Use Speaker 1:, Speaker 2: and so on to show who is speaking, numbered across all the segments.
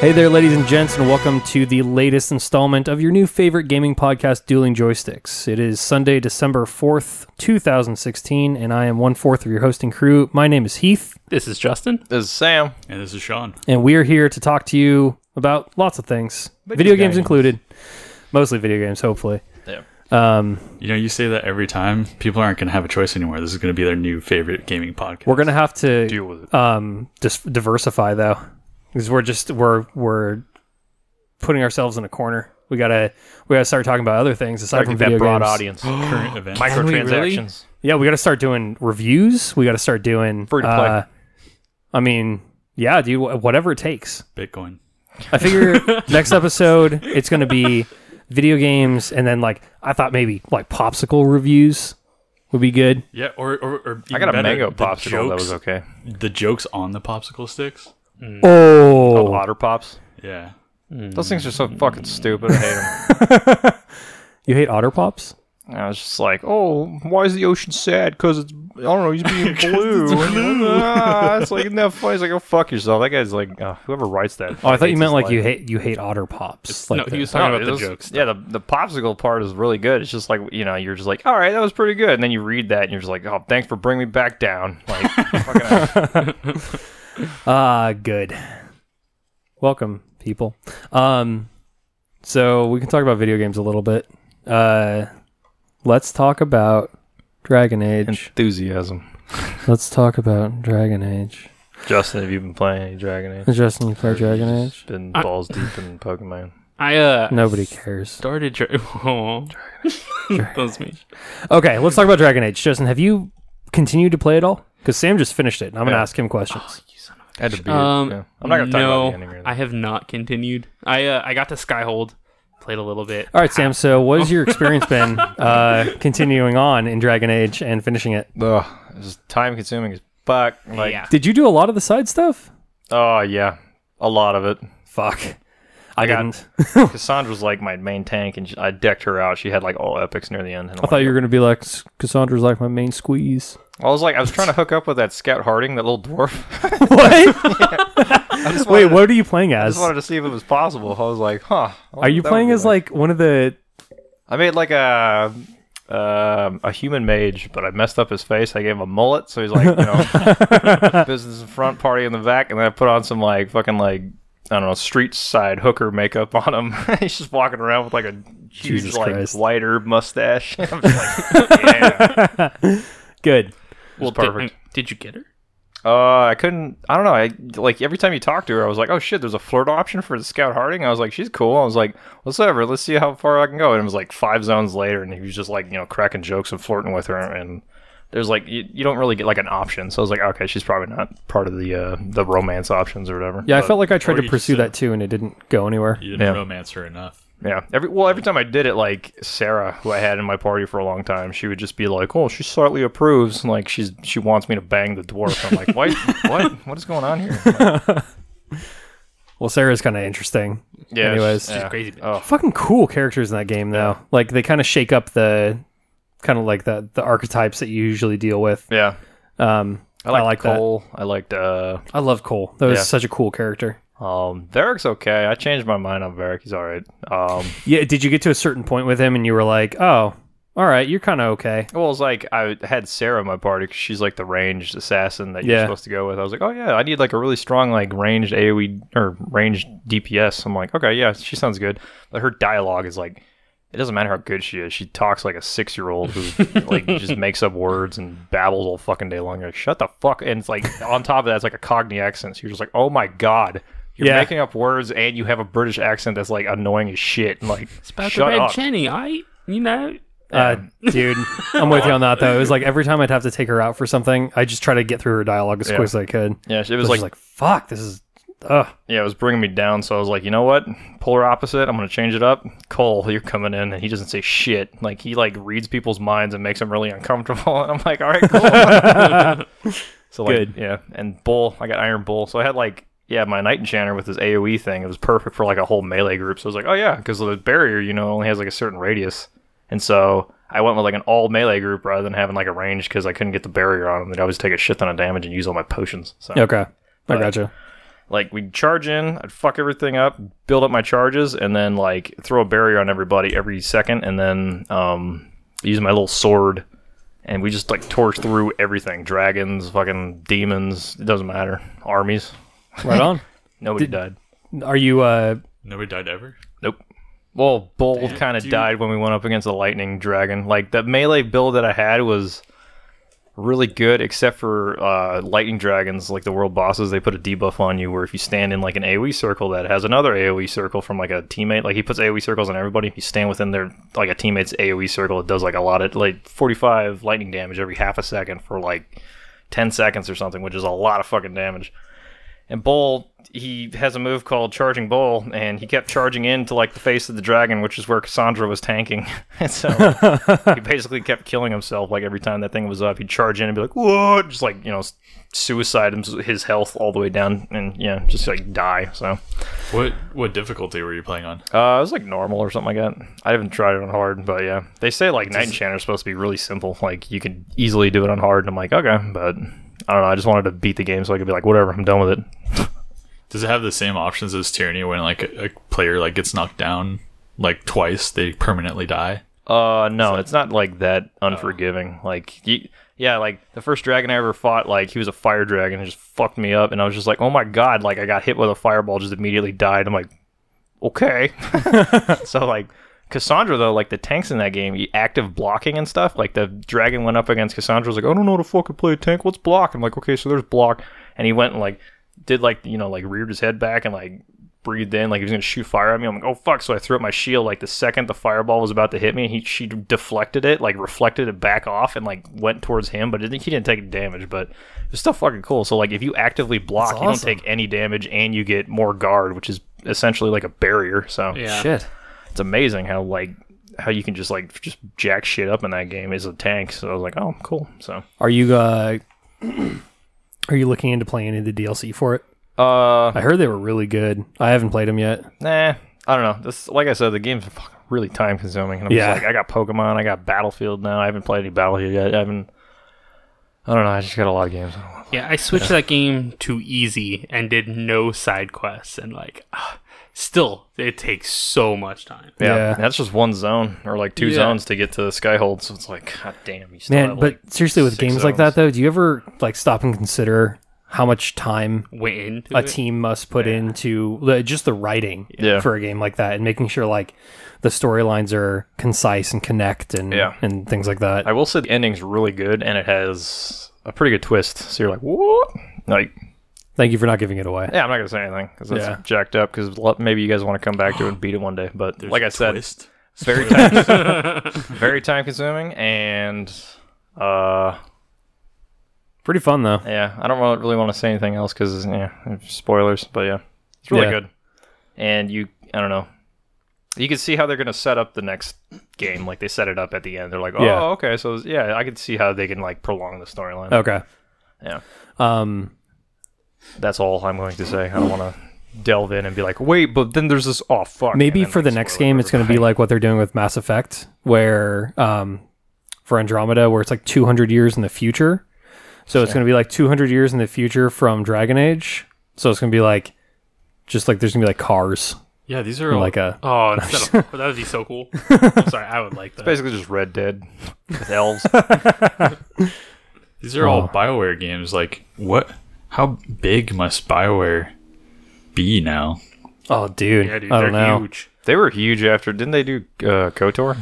Speaker 1: Hey there, ladies and gents, and welcome to the latest installment of your new favorite gaming podcast, Dueling Joysticks. It is Sunday, December 4th, 2016, and I am one fourth of your hosting crew. My name is Heath,
Speaker 2: This is Justin.
Speaker 3: This is Sam.
Speaker 4: And this is Sean.
Speaker 1: and we are here to talk to you about lots of things, video, games,
Speaker 3: games.
Speaker 1: included. Mostly video games, hopefully.
Speaker 3: Yeah.
Speaker 1: Um,
Speaker 4: You know, you say that every time. People aren't going to have a choice anymore. This is going to be their new favorite gaming podcast.
Speaker 1: we're going to have to
Speaker 4: deal with it.
Speaker 1: um dis- diversify though because we're just we're we're putting ourselves in a corner we gotta we gotta start talking about other things aside
Speaker 3: Target
Speaker 1: from
Speaker 3: that
Speaker 1: video
Speaker 3: broad
Speaker 1: games.
Speaker 3: audience.
Speaker 4: Current event.
Speaker 1: Can we really?
Speaker 3: Microtransactions.
Speaker 1: yeah we gotta start doing reviews we gotta start doing
Speaker 3: Free to play.
Speaker 1: uh, i mean yeah dude wh- whatever it takes
Speaker 4: Bitcoin.
Speaker 1: i figure next episode it's gonna be video games and then like i thought maybe like popsicle reviews would be good
Speaker 4: Yeah, or, or, or
Speaker 3: I got a
Speaker 4: even better,
Speaker 3: mango
Speaker 4: the
Speaker 3: popsicle that
Speaker 4: jokes-
Speaker 3: was okay.
Speaker 4: The jokes on the popsicle sticks.
Speaker 3: Mm.
Speaker 1: oh
Speaker 3: Otter pops.
Speaker 4: Yeah.
Speaker 3: Those things are so fucking stupid. I hate them.
Speaker 1: you hate otter pops
Speaker 3: I was just like, oh, why is the ocean sad? Because it's I don't know. He's being blue. ah, it's like isn't that funny? It's like, oh, fuck yourself. That guy's like, uh, whoever writes that.
Speaker 1: oh i thought you
Speaker 3: hates
Speaker 1: meant
Speaker 3: his
Speaker 1: like
Speaker 3: life.
Speaker 1: you hate you hate otter pops like
Speaker 4: no, he
Speaker 1: the-
Speaker 4: was talking
Speaker 3: No,
Speaker 4: about the
Speaker 3: it was-
Speaker 4: jokes.
Speaker 3: Yeah, the, the popsicle part is really good. It's just like you know, you're just like, all right, that was pretty good, and then you read that, and you're just like, oh, thanks for bringing me back down. Like, fucking-
Speaker 1: Ah, good. Welcome, people. Um, so we can talk about video games a little bit. Uh, let's talk about Dragon Age.
Speaker 3: enthusiasm.
Speaker 1: Let's talk about Dragon Age.
Speaker 3: Justin, have you been playing any Dragon Age?
Speaker 1: Justin, you play Dragon Age?
Speaker 3: Been
Speaker 2: I-
Speaker 3: balls deep in Pokemon.
Speaker 2: I uh
Speaker 1: Nobody cares.
Speaker 2: started. Dra- Aw. that was me.
Speaker 1: Okay, let's talk about Dragon Age. Justin, have you continued to play it all? Because Sam just finished it, and I'm going to
Speaker 3: Yeah.
Speaker 1: ask him questions.
Speaker 3: Had to be.
Speaker 2: Um,
Speaker 3: I'm not gonna talk
Speaker 2: no,
Speaker 3: about the ending. Or
Speaker 2: I have not continued. I uh, I got to Skyhold, played a little bit.
Speaker 1: All right, Sam. So, what has your experience been uh, continuing on in Dragon Age and finishing it?
Speaker 3: Ugh, it's just time consuming as fuck. Like,
Speaker 2: yeah,
Speaker 1: Did you do a lot of the side stuff?
Speaker 3: oh yeah, a lot of it.
Speaker 1: Fuck, I,
Speaker 3: got-
Speaker 1: didn't.
Speaker 3: Cassandra's like my main tank, and she, I decked her out. She had like all epics near the end. And I'm
Speaker 1: I thought you were gonna be like "S- Cassandra's like my main squeeze.
Speaker 3: I was like, I was trying to hook up with that Scout Harding, that little dwarf.
Speaker 1: What?
Speaker 3: I just
Speaker 1: Wait,
Speaker 3: wanted to-
Speaker 1: what are you playing
Speaker 3: I
Speaker 1: as?
Speaker 3: just wanted to see if it was possible. I was like, huh. I
Speaker 1: Are
Speaker 3: wonder
Speaker 1: you
Speaker 3: what that
Speaker 1: playing
Speaker 3: would be
Speaker 1: as like one of the?
Speaker 3: I made like a um a human mage, but I messed up his face. I gave him a mullet, so he's like, you know, business in front, party in the back, and then I put on some like fucking like I don't know, street side hooker makeup on him. he's just walking around with like a huge
Speaker 1: Jesus
Speaker 3: like
Speaker 1: Christ.
Speaker 3: lighter mustache. I'm just like, yeah,
Speaker 1: Good.
Speaker 2: well, did,
Speaker 3: perfect.
Speaker 2: did you get her?
Speaker 3: uh, I couldn't. I don't know. I like every time you talk to her, I was like, oh shit, there's a flirt option for the Scout Harding. I was like, she's cool. I was like, whatever. Let's see how far I can go. And it was like five zones later, and he was just like, you know, cracking jokes and flirting with her. And there's like, you, you don't really get like an option. So I was like, okay, she's probably not part of the uh, the romance options or whatever.
Speaker 1: Yeah, I felt like I tried
Speaker 4: or
Speaker 1: to
Speaker 4: you
Speaker 1: pursue
Speaker 4: just, uh,
Speaker 1: that too, and it didn't go anywhere.
Speaker 4: You didn't
Speaker 3: Yeah.
Speaker 4: romance her enough.
Speaker 3: Yeah. Every well, every time I did it, like Sarah, who I had in my party for a long time, she would just be like, "Oh, she slightly approves." and, Like she's she wants me to bang the dwarf. I'm like, "What? what? What is going on here?"
Speaker 1: Well, Sarah's kind of interesting.
Speaker 3: Yeah.
Speaker 1: Anyways.
Speaker 3: yeah.
Speaker 2: Crazy. bitch.
Speaker 3: Oh,
Speaker 1: Fucking cool characters in that game though. Like they kind of shake up the kind of like the the archetypes that you usually deal with.
Speaker 3: yeah.
Speaker 1: Um, I like, that.
Speaker 3: Cole. I liked uh
Speaker 1: I love Cole. That was
Speaker 3: Yeah.
Speaker 1: such a cool character.
Speaker 3: um Varric's okay. I changed my mind on Varric. He's all right. Um
Speaker 1: Yeah. Did you get to a certain point with him, and you were like, oh, all right, you're kind of okay.
Speaker 3: well, it's like I had Sarah in my party 'cause she's like the ranged assassin that
Speaker 1: Yeah.
Speaker 3: you're supposed to go with. I was like, "Oh yeah, I need like a really strong like ranged AoE or ranged DPS." I'm like, "Okay, yeah, she sounds good." But her dialogue is like it doesn't matter how good she is. She talks like a 6-year-old who like just makes up words and babbles all fucking day long. You're like, "Shut the fuck." And it's like on top of that it's like a Cockney accent. So you're just like, "Oh my god." You're
Speaker 1: Yeah.
Speaker 3: making up words and you have a British accent that's like annoying as shit. And like,
Speaker 2: It's about
Speaker 3: shut
Speaker 2: the red
Speaker 3: up.
Speaker 2: Jenny. I you know.
Speaker 1: Uh, dude, I'm with you on that though. It was like every time I'd have to take her out for something, I just try to get through her dialogue as quick as I could.
Speaker 3: yeah, it
Speaker 1: It
Speaker 3: was like
Speaker 1: like fuck, this is ugh.
Speaker 3: yeah, it was bringing me down. So I was like, you know what? Polar opposite. I'm gonna change it up. Cole, you're coming in, and he doesn't say shit. Like he like reads people's minds and makes them really uncomfortable. And I'm like, all right, cool. so like,
Speaker 1: Good.
Speaker 3: yeah. And Bull, I got Iron Bull. So I had like, yeah, my Knight Enchanter with his AOE E thing. It was perfect for like a whole melee group. So I was like, oh yeah, because the barrier, you know, only has like a certain radius. And so I went with like an all melee group rather than having like a range because I couldn't get the barrier on him. They'd always take a shit ton of damage and use all my potions. So
Speaker 1: Okay, I gotcha.
Speaker 3: Like we'd charge in, I'd fuck everything up, build up my charges, and then like throw a barrier on everybody every second, and then um, use my little sword, and we just like torch through everything: dragons, fucking demons. It doesn't matter. Armies.
Speaker 1: Right on.
Speaker 3: Nobody died.
Speaker 1: Are you uh
Speaker 4: Nobody died ever.
Speaker 3: Nope. Well, Bold kind of
Speaker 4: dude.
Speaker 3: died when we went up against the Lightning Dragon. Like the melee build that I had was really good, except for uh, Lightning Dragons, like the world bosses. They put a debuff on you where if you stand in like an AOE circle that has another AOE circle from like a teammate, like he puts AOE circles on everybody. If you stand within their like a teammate's AOE circle, it does like a lot of like forty five lightning damage every half a second for like ten seconds or something, which is a lot of fucking damage. And Bull, he has a move called Charging Bull, and he kept charging into like the face of the dragon, which is where Cassandra was tanking. and so he basically kept killing himself. Like every time that thing was up, he'd charge in and be like, "Whoa!" Just like you know, s- suicide him- his health all the way down, and yeah, just like die. So
Speaker 4: What what difficulty were you playing on?
Speaker 3: uh, it was like normal or something like that. I haven't tried it on hard, but yeah, they say like Night Enchanter is supposed to be really simple. Like you could easily do it on hard, and I'm like, okay, but I don't know. I just wanted to beat the game so I could be like, whatever, I'm done with it.
Speaker 4: Does it have the same options as Tyranny when like a, a player like gets knocked down like twice, they permanently die?
Speaker 3: Uh, no, it's not like that unforgiving. Like, he, yeah, like the first dragon I ever fought, like he was a fire dragon and just fucked me up, and I was just like, oh my god, like I got hit with a fireball, just immediately died. I'm like, okay. so like Cassandra though, like the tanks in that game, you active blocking and stuff. Like the dragon went up against Cassandra, was like, I don't know how to fucking play a tank. What's block? I'm like, okay, so there's block, and he went and like did like you know like reared his head back and like breathed in like he was gonna shoot fire at me. I'm like, oh fuck! So I threw up my shield. Like the second the fireball was about to hit me, he she deflected it, like reflected it back off, and like went towards him. But I think he didn't take damage. But it was still fucking cool. So like if you actively block,
Speaker 1: That's
Speaker 3: you don't
Speaker 1: awesome.
Speaker 3: take any damage, and you get more guard, which is essentially like a barrier. So
Speaker 2: Yeah.
Speaker 1: shit?
Speaker 3: it's amazing how like how you can just like just jack shit up in that game as a tank. So I was like, oh, cool. So
Speaker 1: Are you uh are you looking into playing any of the DLC for it?
Speaker 3: uh,
Speaker 1: I heard they were really good. I haven't played them yet.
Speaker 3: nah, I don't know. This like I said, the game's fucking really time consuming. And I'm
Speaker 1: Yeah.
Speaker 3: just like, I got Pokemon, I got Battlefield now. I haven't played any Battlefield yet. I haven't. I don't know. I just got a lot of games.
Speaker 2: Yeah, I switched that game to easy and did no side quests, and like, ah, still, it takes so much time.
Speaker 3: Yeah,
Speaker 1: Yeah.
Speaker 3: that's just one zone or like two
Speaker 2: Yeah.
Speaker 3: zones to get to the Skyhold. So it's like, god damn, you still
Speaker 1: Man,
Speaker 3: have,
Speaker 1: but
Speaker 3: like,
Speaker 1: seriously with
Speaker 3: six
Speaker 1: games like
Speaker 3: zones.
Speaker 1: that though, do you ever like stop and consider how much time
Speaker 2: Went into
Speaker 1: a
Speaker 2: it.
Speaker 1: team must put into the, just the writing
Speaker 3: Yeah.
Speaker 1: for a game like that and making sure like the storylines are concise and connect and
Speaker 3: Yeah.
Speaker 1: and things like that.
Speaker 3: I will say the ending's really good and it has a pretty good twist. So you're like, what? Like,
Speaker 1: Thank you for not giving it away.
Speaker 3: Yeah, I'm not gonna say anything because it's
Speaker 1: Yeah.
Speaker 3: jacked up. Because maybe you guys want to come back to it and beat it one day. But like I said,
Speaker 4: Twist.
Speaker 3: it's very time, very time consuming, and uh,
Speaker 1: Pretty fun though.
Speaker 3: yeah, I don't wa- really want to say anything else because yeah, spoilers. But yeah, it's really
Speaker 1: Yeah.
Speaker 3: good, and you, I don't know, you can see how they're gonna set up the next game. Like they set it up at the end. They're like, oh,
Speaker 1: Yeah.
Speaker 3: okay, so yeah, I can see how they can like prolong the storyline.
Speaker 1: Okay.
Speaker 3: Yeah.
Speaker 1: Um
Speaker 3: That's all I'm going to say. I don't want to delve in and be like, wait, but then there's this. Oh fuck.
Speaker 1: maybe
Speaker 3: and then,
Speaker 1: for the
Speaker 3: like,
Speaker 1: next
Speaker 3: spoil
Speaker 1: game it's going to be
Speaker 3: everything.
Speaker 1: like what they're doing with Mass Effect where um for Andromeda where it's like 200 years in the future. So it's going to be like 200 years in the future from Dragon Age. So it's going to be like just like there's going to be like cars
Speaker 4: Yeah, these are
Speaker 1: like
Speaker 4: like
Speaker 1: a
Speaker 2: Oh, instead of, that would be so cool. I'm sorry, I would like that.
Speaker 3: basically just Red Dead with elves.
Speaker 4: these are all Bioware games. Like what? How big must Bioware be now?
Speaker 1: Oh dude,
Speaker 2: Yeah, dude,
Speaker 1: I
Speaker 2: they're
Speaker 1: don't know.
Speaker 2: huge.
Speaker 3: they were huge after, didn't they do uh, Kotor?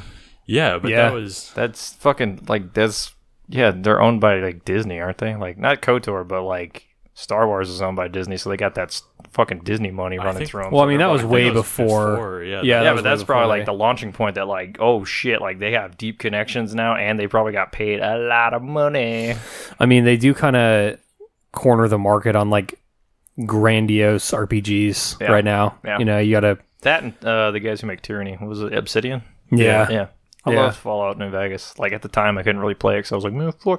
Speaker 4: Yeah, but
Speaker 1: Yeah.
Speaker 4: that was
Speaker 3: That's fucking like that's yeah. They're owned by like Disney, aren't they? Like not Kotor, but like Star Wars is owned by Disney, so they got that s- fucking Disney money running
Speaker 4: think-
Speaker 3: through 'em,
Speaker 1: Well, I
Speaker 3: so
Speaker 1: mean
Speaker 3: they're
Speaker 1: that was
Speaker 3: like-
Speaker 4: I
Speaker 1: way
Speaker 4: think that was
Speaker 1: before.
Speaker 4: before, yeah.
Speaker 1: yeah,
Speaker 4: Yeah,
Speaker 1: that
Speaker 3: yeah,
Speaker 1: was
Speaker 3: but
Speaker 1: way
Speaker 3: that's
Speaker 1: before
Speaker 3: probably
Speaker 1: they-
Speaker 3: like the launching point that like oh shit, like they have deep connections now, and they probably got paid a lot of money.
Speaker 1: I mean, they do kind of corner the market on like grandiose RPGs
Speaker 3: Yeah.
Speaker 1: right now.
Speaker 3: Yeah.
Speaker 1: You know, you gotta.
Speaker 3: That and uh, the guys who make Tyranny What was it Obsidian?
Speaker 1: Yeah.
Speaker 3: yeah. I
Speaker 1: Yeah.
Speaker 3: loved Fallout New Vegas. Like at the time, I couldn't really play it because I was like, move floor,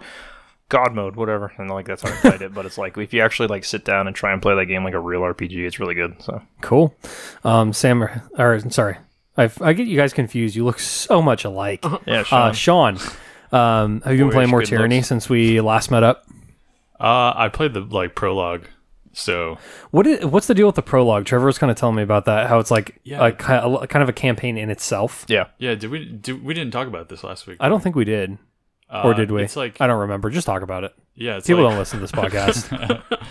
Speaker 3: God mode, whatever. And like that's how I played it. But it's like if you actually like sit down and try and play that game like a real RPG, it's really good. So
Speaker 1: Cool. Um, Sam, or, or sorry, I, I get you guys confused. You look so much alike.
Speaker 3: yeah,
Speaker 1: Uh,
Speaker 3: Sean.
Speaker 1: Sean, um, have you been
Speaker 3: Boyish
Speaker 1: playing more
Speaker 3: good
Speaker 1: Tyranny
Speaker 3: looks.
Speaker 1: since we last met up?
Speaker 4: Uh, I played the like prologue So
Speaker 1: What is, what's the deal with the prologue? Trevor was kind of telling me about that. How it's like
Speaker 4: Yeah.
Speaker 1: a, ki- a kind of a campaign in itself.
Speaker 3: Yeah.
Speaker 4: yeah, did we did, we didn't talk about this last week?
Speaker 1: I don't think we did,
Speaker 4: Uh,
Speaker 1: or did we?
Speaker 4: It's like
Speaker 1: I don't remember. Just talk about it.
Speaker 4: yeah, it's
Speaker 1: People
Speaker 4: like-
Speaker 1: don't listen to this podcast.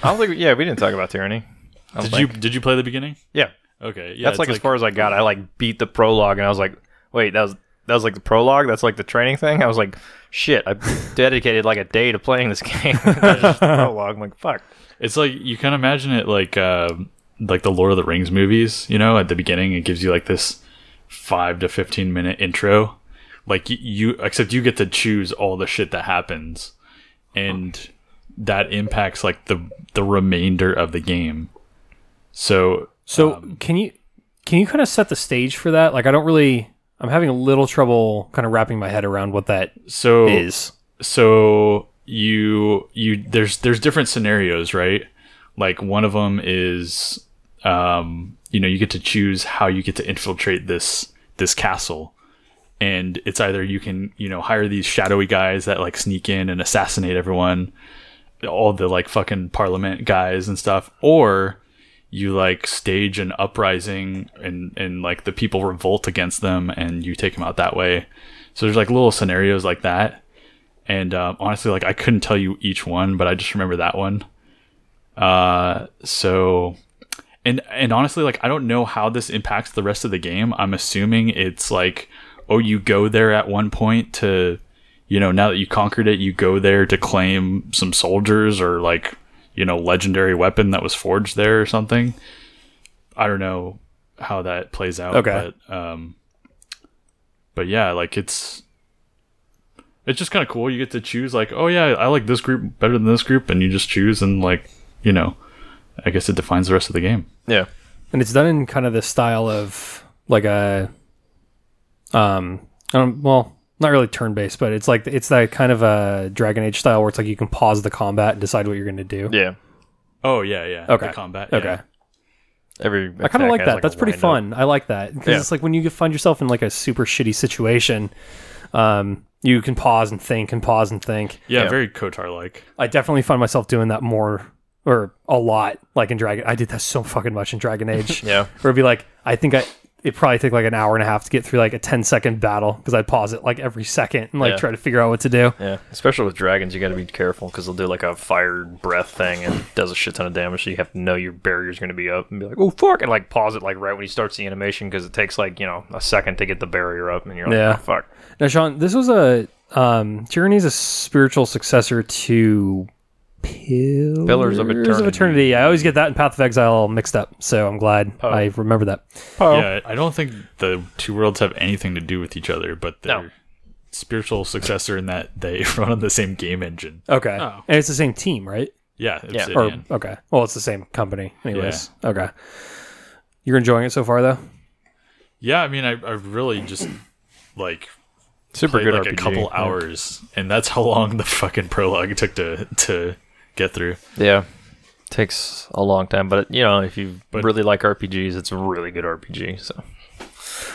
Speaker 3: I don't think. Yeah, we didn't talk about tyranny. I don't
Speaker 4: Did
Speaker 3: think.
Speaker 4: you did you play the beginning?
Speaker 3: Yeah,
Speaker 4: Okay, yeah,
Speaker 3: that's like,
Speaker 4: it's
Speaker 3: as far as I got. I like beat the prologue, and I was like, wait, that was that was like the prologue. That's like the training thing. I was like, shit, I dedicated like a day to playing this game. That's just the prologue. I'm like, fuck.
Speaker 4: It's like you can imagine it like uh, like the Lord of the Rings movies. You know, at the beginning, it gives you like this five to fifteen minute intro. Like y- you, except you get to choose all the shit that happens, and that impacts like the the remainder of the game. So
Speaker 1: so can you can you kind of set the stage for that? Like I don't really. I'm having a little trouble kind of wrapping my head around what that
Speaker 4: so
Speaker 1: is.
Speaker 4: so you you there's there's different scenarios right like one of them is um you know you get to choose how you get to infiltrate this this castle and it's either you can you know hire these shadowy guys that like sneak in and assassinate everyone all the like fucking parliament guys and stuff or you like stage an uprising and and like the people revolt against them and you take them out that way so there's like little scenarios like that and um, honestly like i couldn't tell you each one but i just remember that one uh so and and honestly like i don't know how this impacts the rest of the game i'm assuming it's like oh you go there at one point to you know now that you conquered it you go there to claim some soldiers or like you know legendary weapon that was forged there or something i don't know how that plays out
Speaker 1: Okay.
Speaker 4: but um but yeah like it's it's just kind of cool. You get to choose, like, oh yeah, I like this group better than this group, and you just choose, and like, you know, I guess it defines the rest of the game.
Speaker 3: Yeah,
Speaker 1: and it's done in kind of the style of like a um I don't- well not really turn based but it's like it's that kind of a dragon age style where it's like you can pause the combat and decide what you're going to do
Speaker 3: yeah.
Speaker 4: Oh yeah, yeah.
Speaker 1: Okay.
Speaker 4: The combat.
Speaker 1: okay
Speaker 4: yeah.
Speaker 3: Every
Speaker 1: i kind of like that that's pretty
Speaker 3: fun.
Speaker 1: fun i like that because
Speaker 3: Yeah.
Speaker 1: it's like when you find yourself in like a super shitty situation um you can pause and think and pause and think
Speaker 4: Yeah,
Speaker 3: Yeah.
Speaker 4: very Kotar like.
Speaker 1: i definitely find myself doing that more or a lot like in dragon i did that so fucking much in dragon age
Speaker 3: Yeah.
Speaker 1: where it'd be like I think I it probably take like an hour and a half to get through like a 10 second battle because I'd pause it like every second and like
Speaker 3: Yeah.
Speaker 1: try to figure out what to do.
Speaker 3: Yeah, especially with dragons, you got to be careful because they'll do like a fire breath thing and does a shit ton of damage. So you have to know your barrier's going to be up and be like, "Oh fuck!" and like pause it like right when he starts the animation because it takes like you know a second to get the barrier up, and you're like,
Speaker 1: Yeah.
Speaker 3: "Oh, "Fuck."
Speaker 1: Now Sean, this was a um Tyranny is a spiritual successor to Pillars,
Speaker 3: Pillars of Eternity.
Speaker 1: I always get that and Path of Exile all mixed up, so I'm glad
Speaker 3: Oh.
Speaker 1: I remember that.
Speaker 3: Oh.
Speaker 4: Yeah, I don't think the two worlds have anything to do with each other, but they're
Speaker 3: No.
Speaker 4: spiritual successor in that they run on the same game engine.
Speaker 1: Okay.
Speaker 2: Oh.
Speaker 1: And it's the same team, right?
Speaker 4: Yeah,
Speaker 1: Or
Speaker 4: Obsidian.
Speaker 1: okay. Well, it's the same company anyways. Okay. You're enjoying it so far though?
Speaker 4: yeah, I mean, I, I really just like
Speaker 3: Super
Speaker 4: played like a couple hours, and that's how long the fucking prologue took to to get through.
Speaker 3: Yeah, takes a long time, but you know if you
Speaker 4: But-
Speaker 3: really like RPGs, it's a really good RPG. So,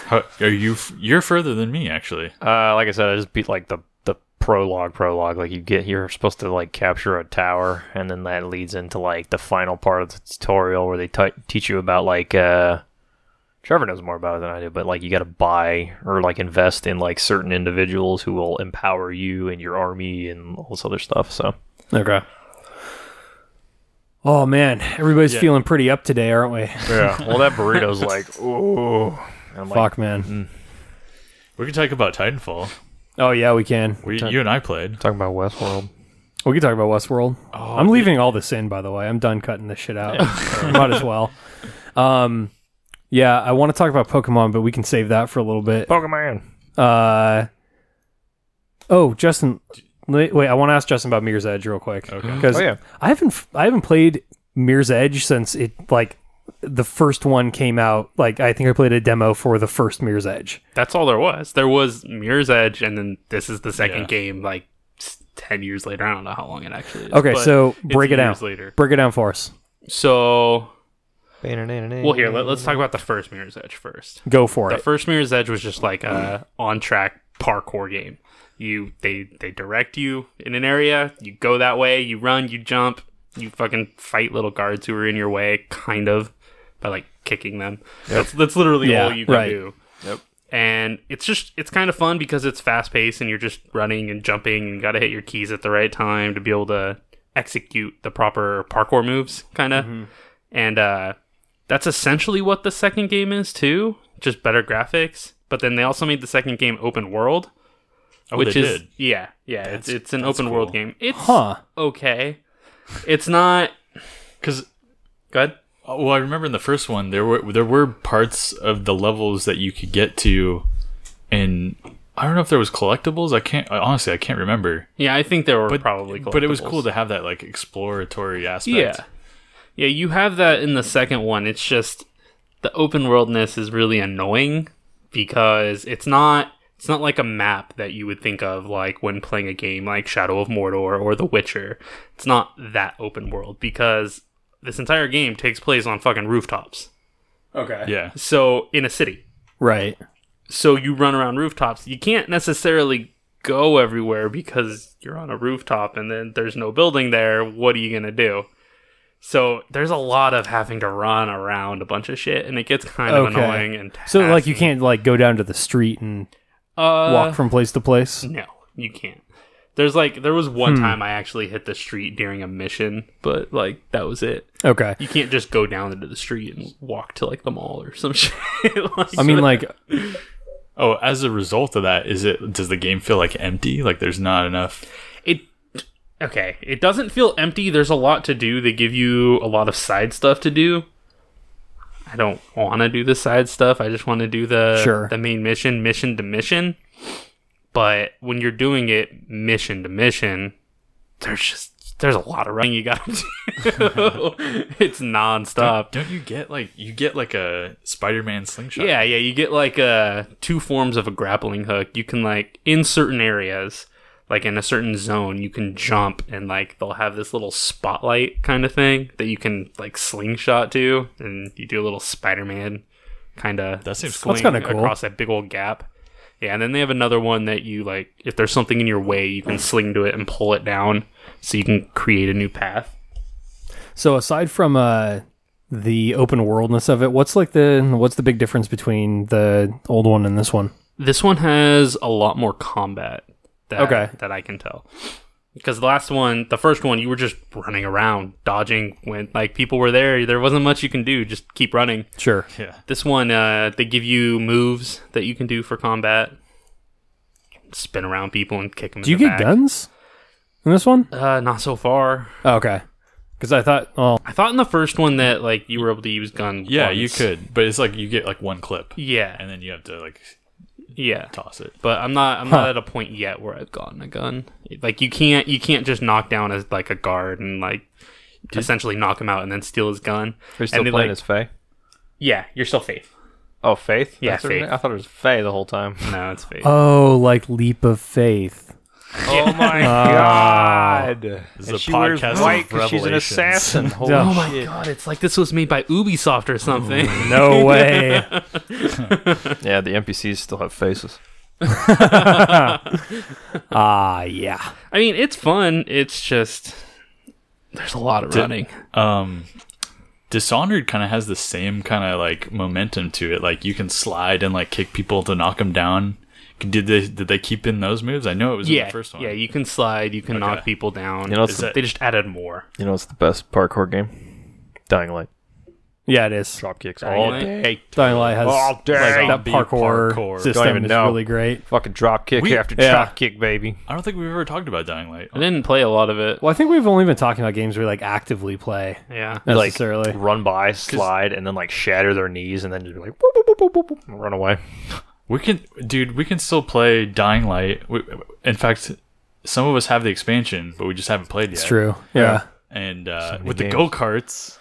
Speaker 4: How, are you? f- You're further than me, actually.
Speaker 3: uh, like I said, I just beat like the the prologue prologue like you get you're supposed to like capture a tower and then that leads into like the final part of the tutorial where they t- teach you about like uh Trevor knows more about it than I do, but like you got to buy or like invest in like certain individuals who will empower you and your army and all this other stuff. So
Speaker 1: Okay. Oh man, everybody's
Speaker 4: Yeah.
Speaker 1: feeling pretty up today, aren't we?
Speaker 3: yeah, well that burrito's like ooh, I'm like
Speaker 1: Fuck, man.
Speaker 4: mm. We can talk about Titanfall.
Speaker 1: Oh yeah, we can.
Speaker 4: We, you and I played.
Speaker 3: talking about Westworld.
Speaker 1: We can talk about Westworld.
Speaker 4: Oh,
Speaker 1: I'm leaving all this in, by the way. I'm done cutting this shit out. Might as well. Um, yeah, I want to talk about Pokemon, but we can save that for a little bit.
Speaker 3: Pokemon.
Speaker 1: Uh, oh, Justin, wait, wait, I want to ask Justin about Mirror's Edge real quick
Speaker 4: Okay.
Speaker 1: because
Speaker 3: Oh, yeah.
Speaker 1: I haven't f- I haven't played Mirror's Edge since it like the first one came out. Like I think I played a demo for the first Mirror's Edge.
Speaker 2: That's all there was. There was Mirror's Edge, and then this is the second
Speaker 4: Yeah.
Speaker 2: game. Like s- ten years later, I don't know how long it actually is.
Speaker 1: Okay,
Speaker 2: but
Speaker 1: so
Speaker 2: it's
Speaker 1: break it down.
Speaker 2: years Later,
Speaker 1: Break it down for us.
Speaker 2: so well here let, us talk about the first Mirror's Edge first.
Speaker 1: Go for
Speaker 2: The
Speaker 1: it.
Speaker 2: first Mirror's Edge was just like a on track parkour game. You they they direct you in an area. You go that way. You run. You jump. You fucking fight little guards who are in your way, kind of, by like kicking them. That's that's literally
Speaker 1: Yeah,
Speaker 2: all you can
Speaker 1: right.
Speaker 2: do.
Speaker 5: Yep.
Speaker 2: And it's just it's kind of fun because it's fast paced and you're just running and jumping and you got to hit your keys at the right time to be able to execute the proper parkour moves, kind of.
Speaker 4: Mm-hmm.
Speaker 2: And uh, that's essentially what the second game is too, just better graphics. But then they also made the second game open world,
Speaker 4: Oh,
Speaker 2: which
Speaker 4: they
Speaker 2: is
Speaker 4: did.
Speaker 2: yeah, yeah.
Speaker 4: That's-
Speaker 2: it's it's an
Speaker 4: that's
Speaker 2: open world
Speaker 4: cool.
Speaker 2: game. It's
Speaker 1: Huh.
Speaker 2: okay. It's not
Speaker 4: because
Speaker 2: good.
Speaker 4: Uh, well, I remember in the first one there were there were parts of the levels that you could get to, and I don't know if there was collectibles. I can't I- honestly I can't remember.
Speaker 2: Yeah, I think there were
Speaker 4: But
Speaker 2: probably,
Speaker 4: but it was
Speaker 2: collectibles.
Speaker 4: cool to have that like exploratory aspect.
Speaker 2: Yeah, yeah. You have that in the second one. It's just the open worldness is really annoying because it's not it's not like a map that you would think of like when playing a game like Shadow of Mordor or The Witcher. It's not that open world because this entire game takes place on fucking rooftops. Okay.
Speaker 4: yeah.
Speaker 2: So in a city.
Speaker 1: Right.
Speaker 2: so you run around rooftops. You can't necessarily go everywhere because you're on a rooftop and then there's no building there. What are you going to do? So there's a lot of having to run around a bunch of shit and it gets kind of
Speaker 1: Okay.
Speaker 2: annoying and
Speaker 1: So like you
Speaker 2: taxing.
Speaker 1: can't like go down to the street and
Speaker 2: uh,
Speaker 1: walk from place to place.
Speaker 2: No, you can't. There's like there was one
Speaker 1: Hmm.
Speaker 2: time I actually hit the street during a mission, but like that was it.
Speaker 1: Okay.
Speaker 2: You can't just go down into the street and walk to like the mall or some shit. Like,
Speaker 1: I mean like
Speaker 4: Oh, as a result of that, is it does the game feel like empty? Like there's not enough.
Speaker 2: it okay it doesn't feel empty there's a lot to do they give you a lot of side stuff to do i don't want to do the side stuff i just want to do the
Speaker 1: Sure.
Speaker 2: the main mission mission to mission but when you're doing it mission to mission there's just there's a lot of running you gotta do it's nonstop
Speaker 4: Don't you get like you get like a Spider-Man slingshot?
Speaker 2: yeah, yeah. You get like uh, two forms of a grappling hook. You can like in certain areas, like in a certain zone, you can jump and like they'll have this little spotlight kind of thing that you can like slingshot to, and you do a little Spider-Man kind of
Speaker 4: That seems
Speaker 1: That's kinda cool.
Speaker 2: across that big old gap. Yeah, and then they have another one that you like if there's something in your way, you can sling to it and pull it down, so you can create a new path.
Speaker 1: so aside from uh the open worldness of it, what's like the what's the big difference between the old one and this one?
Speaker 2: This one has a lot more combat. That,
Speaker 1: Okay.
Speaker 2: That I can tell. Because the last one, the first one, you were just running around, dodging when like people were there. There wasn't much you can do. Just keep running.
Speaker 1: Sure.
Speaker 2: This one, uh, they give you moves that you can do for combat. Spin around people and kick them.
Speaker 1: Do you get guns in this one?
Speaker 2: Uh, not so far.
Speaker 1: Oh, okay. Because I thought, oh, well,
Speaker 2: I thought in the first one that like you were able to use gun.
Speaker 4: Yeah, you
Speaker 2: once.
Speaker 4: could, but it's like you get like one clip,
Speaker 2: Yeah,
Speaker 4: and then you have to like
Speaker 2: yeah.
Speaker 4: toss it.
Speaker 2: but I'm not I'm
Speaker 1: Huh.
Speaker 2: not at a point yet where I've gotten a gun. Like you can't you can't just knock down as like a guard and like essentially knock him out and then steal his gun.
Speaker 5: Are you still
Speaker 2: and they,
Speaker 5: playing
Speaker 2: like-
Speaker 5: as Faye?
Speaker 2: yeah, you're still Faith.
Speaker 5: Oh, Faith.
Speaker 2: Yeah,
Speaker 5: That's her name?
Speaker 2: Faith.
Speaker 5: I thought it was Faye the whole time.
Speaker 2: No, it's Faith.
Speaker 1: oh, like leap of faith. Ah,
Speaker 5: Oh my god!
Speaker 4: This is
Speaker 5: and
Speaker 4: a
Speaker 5: she wears
Speaker 4: podcast of
Speaker 5: white 'cause she's an
Speaker 4: revelations.
Speaker 5: assassin. Holy
Speaker 1: Oh
Speaker 2: oh my
Speaker 5: shit.
Speaker 2: god, it's like this was made by Ubisoft or something.
Speaker 1: No way.
Speaker 5: Yeah, the NPCs still have faces.
Speaker 1: Ah, yeah.
Speaker 2: I mean, it's fun. It's just there's a lot of running.
Speaker 4: Um, Dishonored kind of has the same kind of like momentum to it. Like you can slide and like kick people to knock them down. Did they did they keep in those moves? I know it was in
Speaker 2: Yeah,
Speaker 4: the first one.
Speaker 2: yeah, you can slide, you can knock people down.
Speaker 5: You know, it's the-
Speaker 2: It's- they just added more.
Speaker 5: You know, it's the best parkour game. Dying Light,
Speaker 1: Yeah, it is.
Speaker 5: drop kicks
Speaker 2: Dying
Speaker 5: all
Speaker 2: Light?
Speaker 5: day.
Speaker 1: Dying Light has
Speaker 5: All
Speaker 1: like,
Speaker 5: day.
Speaker 1: that
Speaker 4: Zombie
Speaker 1: parkour,
Speaker 4: parkour.
Speaker 1: system
Speaker 5: Don't even
Speaker 1: is
Speaker 5: know.
Speaker 1: really great.
Speaker 5: Fucking drop kick
Speaker 4: We-
Speaker 5: after
Speaker 1: yeah.
Speaker 5: drop kick, baby.
Speaker 4: I don't think we've ever talked about Dying
Speaker 5: Oh.
Speaker 4: Light.
Speaker 2: I didn't play a lot of it.
Speaker 1: Well, I think we've only been talking about games we like actively play
Speaker 2: Yeah.
Speaker 1: necessarily.
Speaker 5: Like run by, slide, and then like shatter their knees, and then just be like boop, boop, boop, boop, boop, boop, and run away.
Speaker 4: We can, dude. We can still play Dying Light. We, in fact, some of us have the expansion, but we just haven't played yet.
Speaker 1: it's true. Yeah.
Speaker 4: And uh,
Speaker 5: many
Speaker 4: with
Speaker 5: games.
Speaker 4: the go karts,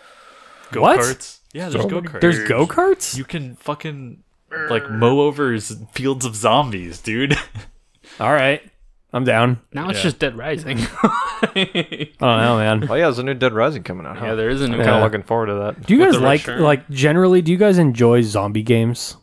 Speaker 4: go
Speaker 1: What?
Speaker 4: karts. Yeah, there's go karts.
Speaker 1: There's go karts.
Speaker 4: You can fucking like mow over s- fields of zombies, dude.
Speaker 1: All right, I'm down.
Speaker 2: Now it's just Dead Rising.
Speaker 1: I don't know, man.
Speaker 5: Oh yeah, there's a new Dead Rising coming out.
Speaker 2: yeah, there isn't
Speaker 5: Kind of
Speaker 1: Yeah.
Speaker 5: looking forward to that.
Speaker 1: Do you guys
Speaker 2: the
Speaker 1: like
Speaker 2: return.
Speaker 1: like generally? Do you guys enjoy zombie games?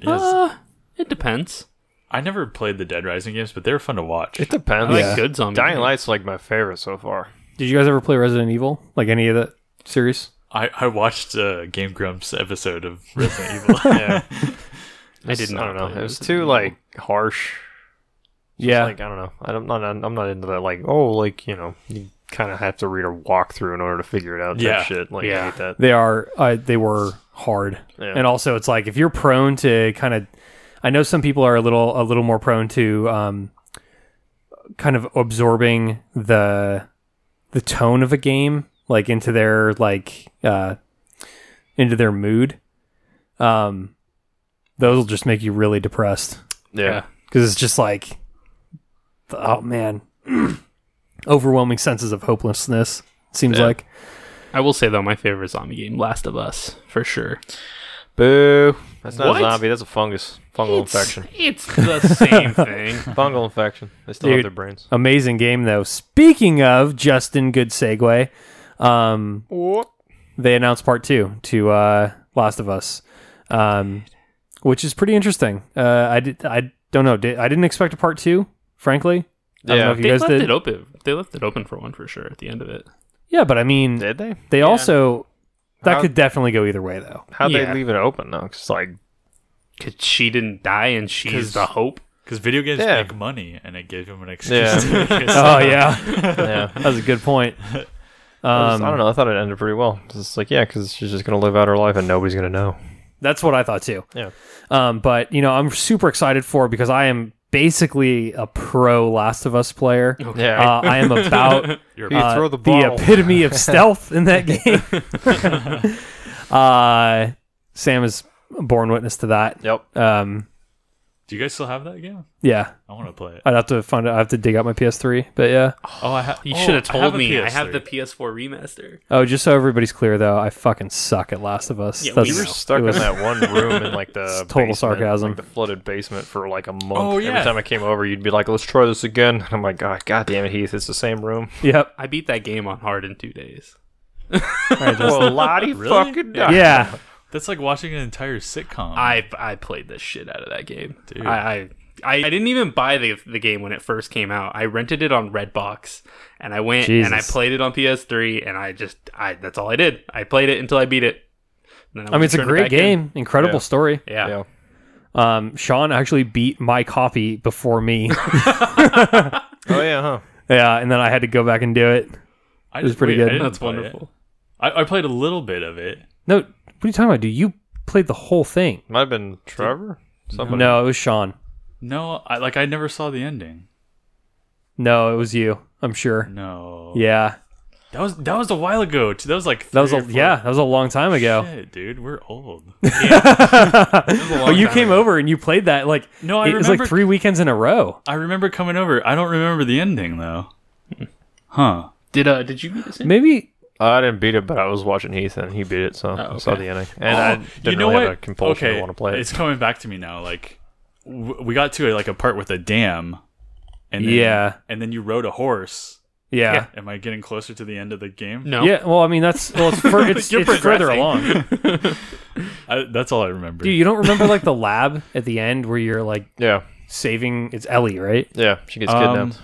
Speaker 4: Yes.
Speaker 2: It depends.
Speaker 4: I never played the Dead Rising games, but they were fun to watch.
Speaker 5: It depends.
Speaker 2: I
Speaker 1: Yeah.
Speaker 2: like good zombie.
Speaker 5: Dying
Speaker 2: games.
Speaker 5: Light's like my favorite so far.
Speaker 1: Did you guys ever play Resident Evil? Like any of that series?
Speaker 4: I, I watched uh, Game Grumps episode of Resident Evil. yeah.
Speaker 2: I did not.
Speaker 3: I don't know.
Speaker 2: play
Speaker 3: It was
Speaker 2: this.
Speaker 3: too like harsh. It's
Speaker 1: Yeah.
Speaker 3: Like I don't know. I'm not. I'm not into that. Like oh, like you know, you kind of have to read a walkthrough in order to figure it out. type
Speaker 4: Yeah.
Speaker 3: shit. Like I
Speaker 2: Yeah.
Speaker 3: hate that.
Speaker 1: they are uh, they were hard
Speaker 3: Yeah.
Speaker 1: and also it's like if you're prone to kind of i know some people are a little a little more prone to um kind of absorbing the the tone of a game like into their like uh into their mood um those will just make you really depressed
Speaker 3: Yeah.
Speaker 2: Yeah.
Speaker 1: because it's just like oh man overwhelming senses of hopelessness seems
Speaker 4: Yeah.
Speaker 1: like
Speaker 2: I will say though, my favorite zombie game, Last of Us, for sure.
Speaker 3: Boo. That's not
Speaker 2: What?
Speaker 3: a zombie. That's a fungus. Fungal
Speaker 2: It's-
Speaker 3: infection.
Speaker 2: It's the same thing.
Speaker 3: Fungal infection. They still
Speaker 1: Dude.
Speaker 3: have their brains.
Speaker 1: Amazing game though. Speaking of Justin, good segue. Um, they announced part two to uh, Last of Us, um, which is pretty interesting. Uh, I did, I don't know. Did, I didn't expect a part two, frankly. I don't
Speaker 3: Yeah.
Speaker 1: know if you
Speaker 2: They
Speaker 1: guys
Speaker 2: left
Speaker 1: did.
Speaker 2: it open. They left it open for one for sure at the end of it.
Speaker 1: Yeah, but I mean,
Speaker 3: Did they?
Speaker 1: they also that
Speaker 3: How-
Speaker 1: could definitely go either way though.
Speaker 3: How'd
Speaker 2: Yeah.
Speaker 3: they leave it open though? 'Cause, like
Speaker 2: Cause she didn't die, and she's
Speaker 4: 'Cause-
Speaker 2: the hope.
Speaker 4: Because video games
Speaker 3: Yeah.
Speaker 4: make money, and it gave him an excuse.
Speaker 3: Yeah.
Speaker 4: to make a
Speaker 1: Oh yeah,
Speaker 3: yeah.
Speaker 1: that's a good point.
Speaker 3: I was-
Speaker 1: Um,
Speaker 3: I don't know. I thought it ended pretty well. It's just like, yeah, because she's just gonna live out her life and nobody's gonna know.
Speaker 1: That's what I thought too.
Speaker 3: Yeah.
Speaker 1: Um, but you know, I'm super excited for it because I am basically a pro Last of Us player.
Speaker 3: Yeah.
Speaker 1: Uh, I am about
Speaker 4: You're
Speaker 3: You
Speaker 1: uh,
Speaker 3: throw the
Speaker 1: the
Speaker 3: ball.
Speaker 1: epitome of stealth in that game. uh, Sam is a born witness to that.
Speaker 3: Yep.
Speaker 1: Um,
Speaker 4: Do you guys still have that game?
Speaker 1: yeah,
Speaker 4: I want to play it.
Speaker 1: I'd have to find. out. I have to dig out my PS3. But yeah.
Speaker 4: Oh, I ha-
Speaker 2: You
Speaker 4: oh,
Speaker 2: should have
Speaker 4: I
Speaker 2: told
Speaker 4: a
Speaker 2: me. I
Speaker 4: PS3.
Speaker 2: have the PS4 remaster.
Speaker 1: Oh, just so everybody's clear though, I fucking suck at Last of Us.
Speaker 2: Yeah,
Speaker 1: That's-
Speaker 3: We
Speaker 2: You
Speaker 3: were
Speaker 2: know.
Speaker 3: stuck
Speaker 1: it was-
Speaker 3: in that one room in like
Speaker 1: It's
Speaker 3: the
Speaker 1: total
Speaker 3: basement,
Speaker 1: sarcasm.
Speaker 3: like the flooded basement for like a month.
Speaker 4: Oh, yeah.
Speaker 3: Every time I came over, you'd be like, "Let's try this again." And I'm like, "God, God damn it, Heath! It's the same room."
Speaker 1: Yep.
Speaker 2: I beat that game on hard in two days.
Speaker 3: well, Lottie fucking died.
Speaker 1: Yeah.
Speaker 4: That's like watching an entire sitcom.
Speaker 2: I I played the shit out of that game. I, I I I didn't even buy the the game when it first came out. I rented it on Redbox, and I went and I
Speaker 1: Jesus.
Speaker 2: played it on PS3, and I just I that's all I did. I played it until I beat it. And then
Speaker 1: I mean, it's a
Speaker 2: turned it
Speaker 1: great
Speaker 2: back in.
Speaker 1: game. Incredible
Speaker 4: Yeah.
Speaker 1: story.
Speaker 2: Yeah.
Speaker 3: Yeah.
Speaker 1: Um, Sean actually beat my copy before me.
Speaker 3: Oh yeah, huh?
Speaker 1: yeah, and then I had to go back and do it.
Speaker 4: I
Speaker 1: was
Speaker 4: didn't-
Speaker 1: pretty
Speaker 4: wait, I
Speaker 1: good.
Speaker 4: didn't
Speaker 2: that's
Speaker 4: play it.
Speaker 2: wonderful.
Speaker 4: I, I played a little bit of it.
Speaker 1: No, what are you talking about, dude? You played the whole thing.
Speaker 3: Might have been Trevor. Somebody.
Speaker 1: No, it was Sean.
Speaker 4: No, I like I never saw the ending.
Speaker 1: No, it was you. I'm sure.
Speaker 4: No.
Speaker 1: Yeah,
Speaker 4: That was that was a while ago. too. That was like
Speaker 1: that was
Speaker 4: three
Speaker 1: a
Speaker 4: or four-
Speaker 1: yeah, that was a long time ago.
Speaker 4: Shit, dude, we're old.
Speaker 1: Oh, you came over and you played that like
Speaker 4: No, I
Speaker 1: it was
Speaker 4: remember-
Speaker 1: like three weekends in a row.
Speaker 4: I remember coming over. I don't remember the ending though. Huh.
Speaker 2: Did uh did you beat this?
Speaker 1: Maybe
Speaker 3: I didn't beat it, but I was watching Heath and he beat it, so I saw
Speaker 2: okay.
Speaker 3: the ending. And I didn't
Speaker 4: Oh, you know
Speaker 3: really
Speaker 4: what?
Speaker 3: have a compulsion
Speaker 4: okay,
Speaker 3: to want to play it.
Speaker 4: It's coming back to me now. Like w- we got to like a part with a dam, and then,
Speaker 1: Yeah.
Speaker 4: and then you rode a horse.
Speaker 1: yeah.
Speaker 4: Am I getting closer to the end of the game?
Speaker 1: yeah,
Speaker 2: No.
Speaker 1: Well, I mean that's well, it's, fur- it's,
Speaker 2: You're
Speaker 1: it's further
Speaker 2: progressing.
Speaker 1: along.
Speaker 4: I, that's all I remember.
Speaker 1: Dude, you don't remember like the lab at the end where you're like
Speaker 3: yeah,
Speaker 1: saving? It's Ellie, right?
Speaker 3: yeah. She gets
Speaker 4: Um,
Speaker 3: kidnapped.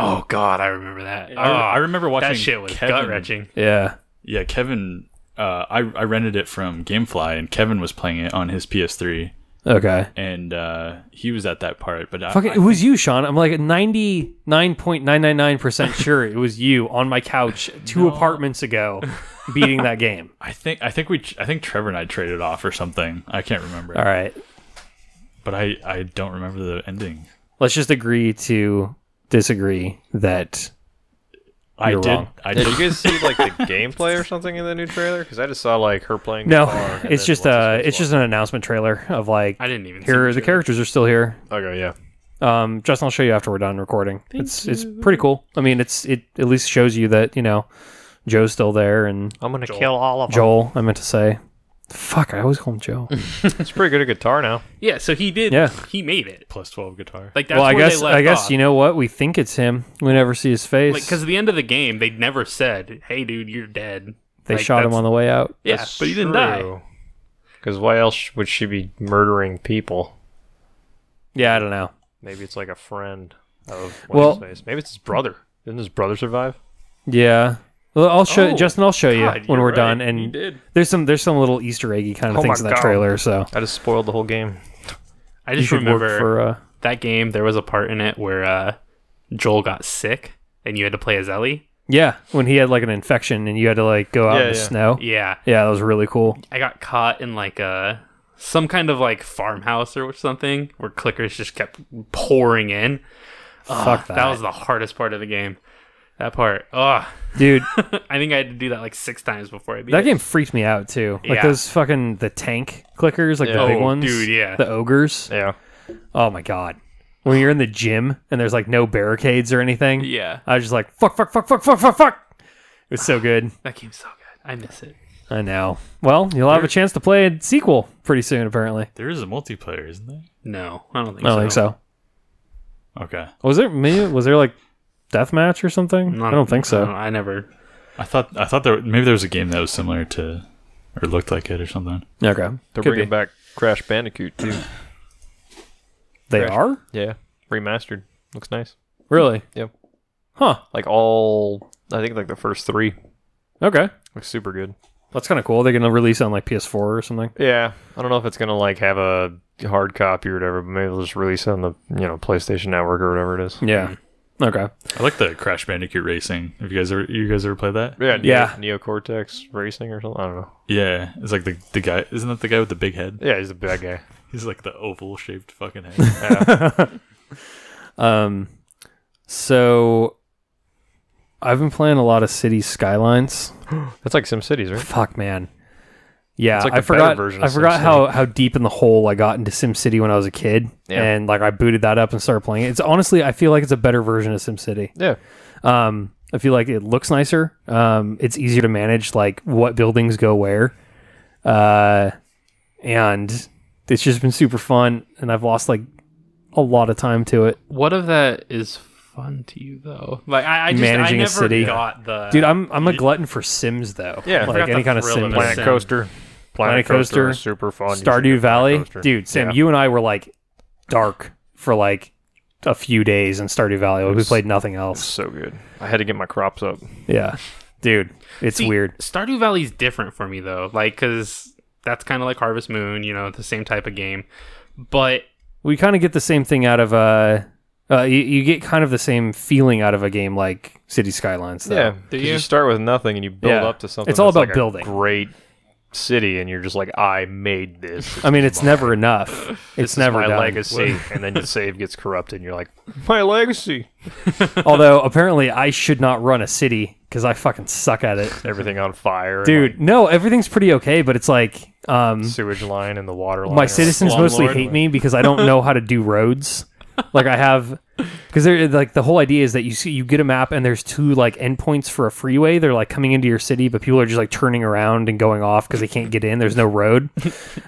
Speaker 2: Oh God, I remember that.
Speaker 4: I, I
Speaker 2: Oh,
Speaker 4: remember watching
Speaker 2: that shit was
Speaker 4: Kevin-
Speaker 2: gut wrenching.
Speaker 1: Yeah.
Speaker 4: Yeah, Kevin. Uh, I I rented it from GameFly, and Kevin was playing it on his PS3,
Speaker 1: Okay.
Speaker 4: and uh, he was at that part. But I,
Speaker 1: Fucking,
Speaker 4: I-
Speaker 1: it was you, Sean. I'm like 99.999% sure it was you on my couch two apartments ago beating that game.
Speaker 4: I think I think we I think Trevor and I traded off or something. I can't remember.
Speaker 1: All right.
Speaker 4: But I I don't remember the ending.
Speaker 1: Let's just agree to disagree that
Speaker 4: I
Speaker 1: You're
Speaker 4: did.
Speaker 1: wrong.
Speaker 4: I
Speaker 3: Did
Speaker 4: did.
Speaker 3: you guys see like the gameplay or something in the new trailer? Because I just saw like her playing.
Speaker 1: no,
Speaker 3: guitar and
Speaker 1: it's
Speaker 3: then
Speaker 1: just uh
Speaker 3: what's-his-face
Speaker 1: it's just an announcement trailer of like
Speaker 2: I didn't even. see
Speaker 1: here are the
Speaker 2: trailer.
Speaker 1: characters are still here.
Speaker 3: walking. Okay, yeah.
Speaker 1: Um, Justin, I'll show you after we're done recording. it's it's pretty cool. I mean, it's it at least shows you that you know Joe's still there and
Speaker 3: I'm gonna kill all of them.
Speaker 1: Joel. I meant to say, fuck, I always call him Joe.
Speaker 3: It's pretty good at guitar now.
Speaker 2: Yeah, so he did.
Speaker 1: Yeah.
Speaker 2: he made it.
Speaker 4: plus twelve guitar.
Speaker 2: Like that's
Speaker 1: well, I
Speaker 2: where
Speaker 1: guess
Speaker 2: they left
Speaker 1: I guess
Speaker 2: off.
Speaker 1: you know what we think it's him. We never see his face.
Speaker 2: Like, because at the end of the game, they never said, "Hey, dude, you're dead."
Speaker 1: They shot him on the way out.
Speaker 2: Yeah, but he didn't die.
Speaker 3: Because why else would she be murdering people?
Speaker 1: Yeah, I don't know.
Speaker 3: Maybe it's like a friend of
Speaker 1: Well-
Speaker 3: well, Maybe it's his brother. Didn't his brother survive?
Speaker 1: Yeah. Well, I'll show
Speaker 5: Oh,
Speaker 1: Justin. I'll show you
Speaker 5: God,
Speaker 1: when
Speaker 5: you're
Speaker 1: we're
Speaker 5: right.
Speaker 1: done.
Speaker 5: You
Speaker 1: And
Speaker 5: did.
Speaker 1: there's some there's some little Easter eggy kind of
Speaker 3: Oh my
Speaker 1: things in that
Speaker 3: God.
Speaker 1: trailer. So
Speaker 3: I just spoiled the whole game.
Speaker 2: I
Speaker 1: you
Speaker 2: just
Speaker 1: should
Speaker 2: remember
Speaker 1: work for. Uh,
Speaker 2: that game. There was a part in it where uh, Joel got sick, and you had to play as Ellie.
Speaker 1: yeah, when he had like an infection and you had to like go out
Speaker 5: Yeah,
Speaker 1: in the
Speaker 5: yeah.
Speaker 1: snow.
Speaker 2: Yeah,
Speaker 1: Yeah, that was really cool.
Speaker 2: I got caught in like a some kind of like farmhouse or something where clickers just kept pouring in.
Speaker 1: Fuck
Speaker 2: that.
Speaker 1: that,
Speaker 2: was the hardest part of the game. That part. Ugh.
Speaker 1: dude.
Speaker 2: I think I had to do that like six times before I beat
Speaker 1: That
Speaker 2: it.
Speaker 1: game freaked me out too. Like
Speaker 2: Yeah.
Speaker 1: those fucking the tank clickers, like the
Speaker 2: Yeah.
Speaker 1: big
Speaker 2: Oh,
Speaker 1: ones,
Speaker 2: dude, yeah.
Speaker 1: the ogres.
Speaker 3: Yeah.
Speaker 1: Oh my god, when you're in the gym and there's like no barricades or anything.
Speaker 2: Yeah.
Speaker 1: I was just like fuck, fuck, fuck, fuck, fuck, fuck, fuck. It's so good.
Speaker 2: That game's so good. I miss it.
Speaker 1: I know. Well, you'll have a chance to play a sequel pretty soon, apparently.
Speaker 4: There is a multiplayer, isn't there?
Speaker 2: No, I don't think
Speaker 1: I
Speaker 2: so.
Speaker 1: don't think so.
Speaker 4: Okay.
Speaker 1: Was there me? Was there like deathmatch or something? I don't think so.
Speaker 2: I never.
Speaker 4: I thought I thought there maybe there was a game that was similar to or looked like it or something.
Speaker 1: Okay,
Speaker 3: They're
Speaker 1: Could
Speaker 3: bringing
Speaker 1: be.
Speaker 3: back Crash Bandicoot too.
Speaker 1: they are
Speaker 3: yeah. Remastered. Looks nice.
Speaker 1: really.
Speaker 3: Yep.
Speaker 1: Huh.
Speaker 3: Like all I think like the first 3
Speaker 1: Okay,
Speaker 3: looks super good.
Speaker 1: that's kind of cool. They're gonna release on like PS4 or something.
Speaker 3: Yeah. I don't know if it's going to like have a hard copy or whatever, but maybe they'll just release it on the, you know, PlayStation Network or whatever it is.
Speaker 1: Yeah.
Speaker 3: Mm-hmm.
Speaker 1: Okay.
Speaker 4: I like the Crash Bandicoot Racing. Have you guys ever you guys ever played that?
Speaker 3: Yeah,
Speaker 1: Yeah.
Speaker 3: Neo Neocortex Racing or something. I don't know.
Speaker 4: Yeah, it's like the the guy isn't that the guy with the big head?
Speaker 3: Yeah, he's a bad guy.
Speaker 4: He's like the oval shaped fucking head.
Speaker 1: Um, so I've been playing a lot of City Skylines.
Speaker 3: That's like Sim Cities, right?
Speaker 1: Fuck, man. Yeah,
Speaker 3: It's like
Speaker 1: I
Speaker 3: the better
Speaker 1: forgot.
Speaker 3: version
Speaker 1: I
Speaker 3: of
Speaker 1: forgot
Speaker 3: SimCity.
Speaker 1: how, how deep in the hole I got into SimCity when I was a kid,
Speaker 3: Yeah.
Speaker 1: and like I booted that up and started playing it. It's honestly, I feel like it's a better version of SimCity.
Speaker 3: Yeah.
Speaker 1: Um, I feel like it looks nicer. Um, it's easier to manage like what buildings go where. Uh, and it's just been super fun, and I've lost like a lot of time to it.
Speaker 2: What of that is fun to you though? Like I, I just
Speaker 1: Managing a
Speaker 2: I never
Speaker 1: city.
Speaker 2: got the
Speaker 1: Dude, I'm I'm a glutton for Sims though.
Speaker 3: Yeah, I
Speaker 1: like
Speaker 2: forgot
Speaker 1: any
Speaker 2: the
Speaker 1: kind of
Speaker 2: thrill
Speaker 1: Sim.
Speaker 2: of
Speaker 1: Like,
Speaker 3: Planet
Speaker 2: Sim.
Speaker 3: Coaster.
Speaker 1: Planet Coaster,
Speaker 3: is super fun. You should do
Speaker 1: Stardew
Speaker 3: Planet
Speaker 1: Valley,
Speaker 3: Coaster.
Speaker 1: dude. Sam,
Speaker 3: Yeah.
Speaker 1: you and I were like dark for like a few days in Stardew Valley. We played nothing else.
Speaker 3: so good. I had to get my crops up.
Speaker 1: Yeah, dude, it's
Speaker 2: See,
Speaker 1: weird.
Speaker 2: Stardew Valley's different for me though, like because that's kind of like Harvest Moon, you know, the same type of game. But
Speaker 1: we kind of get the same thing out of uh, uh you, you get kind of the same feeling out of a game like City Skylines. Though.
Speaker 3: Yeah, 'cause
Speaker 2: you?
Speaker 3: you start with nothing and you build
Speaker 1: Yeah.
Speaker 3: up to something.
Speaker 1: It's all
Speaker 3: that's
Speaker 1: about
Speaker 3: like a
Speaker 1: building.
Speaker 3: great city, and you're just like, I made this.
Speaker 1: I mean it's never enough. It's
Speaker 3: This is
Speaker 1: never
Speaker 3: my
Speaker 1: done.
Speaker 3: legacy, and then your save gets corrupted, and you're like, my legacy.
Speaker 1: Although apparently I should not run a city because I fucking suck at it,
Speaker 3: Everything on fire, and,
Speaker 1: dude. No, everything's pretty okay, but it's like um
Speaker 3: like, sewage line and the water line.
Speaker 1: my
Speaker 3: are
Speaker 1: citizens
Speaker 4: slumlord.
Speaker 1: mostly hate me because I don't know how to do roads. Like I have, because they're like the whole idea is that you see you get a map and there's two like endpoints for a freeway. They're like coming into your city, but people are just like turning around and going off because they can't get in. There's no road,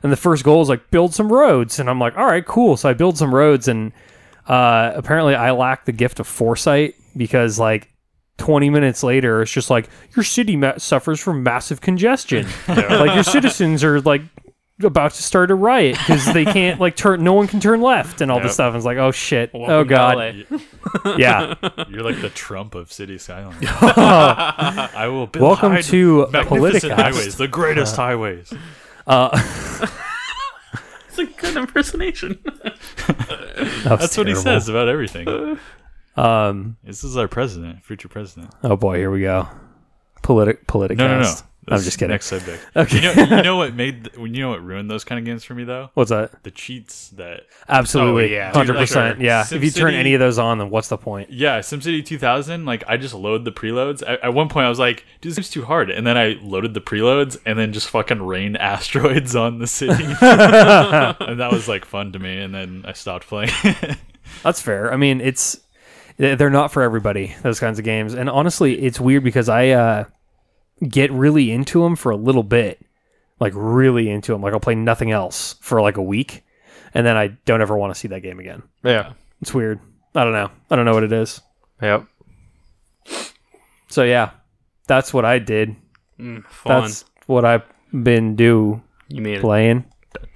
Speaker 1: and the first goal is like build some roads, and I'm like, all right, cool. So I build some roads, and uh, apparently I lack the gift of foresight because like 20 minutes later it's just like your city ma- suffers from massive congestion like your citizens are like about to start a riot because they can't like turn no one can turn left and all this stuff and it's like oh shit oh
Speaker 2: Welcome to
Speaker 1: god
Speaker 2: LA.
Speaker 1: yeah
Speaker 4: You're like the Trump of City Skylines. I will build
Speaker 1: welcome
Speaker 4: high-
Speaker 1: to
Speaker 4: magnificent
Speaker 1: politica
Speaker 4: highways, the greatest highways.
Speaker 2: it's a good impersonation.
Speaker 4: That's what he says about everything.
Speaker 1: um
Speaker 4: This is our president, future president.
Speaker 1: oh boy here we go politic politicast
Speaker 4: No, no, no.
Speaker 1: i'm
Speaker 4: This
Speaker 1: just kidding
Speaker 4: Next subject. Okay. You know, you know what made the, you know what ruined those kind of games for me though?
Speaker 1: what's that
Speaker 4: The cheats that
Speaker 1: absolutely
Speaker 2: Oh, yeah.
Speaker 1: 100%
Speaker 4: Dude, like,
Speaker 1: yeah if you turn
Speaker 4: SimCity-
Speaker 1: any of those on then what's the point
Speaker 4: Yeah, SimCity 2000. Like I just load the preloads. At, at one point, I was like, "Dude, this game's too hard," and then I loaded the preloads, and then just fucking rained asteroids on the city, and that was like fun to me. And then I stopped playing.
Speaker 1: That's fair. I mean, it's they- they're not for everybody those kinds of games. And honestly, it's weird because I uh, get really into them for a little bit, like really into them. Like I'll play nothing else for like a week, and then I don't ever want to see that game again.
Speaker 3: Yeah.
Speaker 1: It's weird. I don't know. I don't know what it is.
Speaker 3: Yep.
Speaker 1: So yeah, that's what I did.
Speaker 2: Mm, fun.
Speaker 1: That's what I've been do
Speaker 2: you made a
Speaker 1: playing.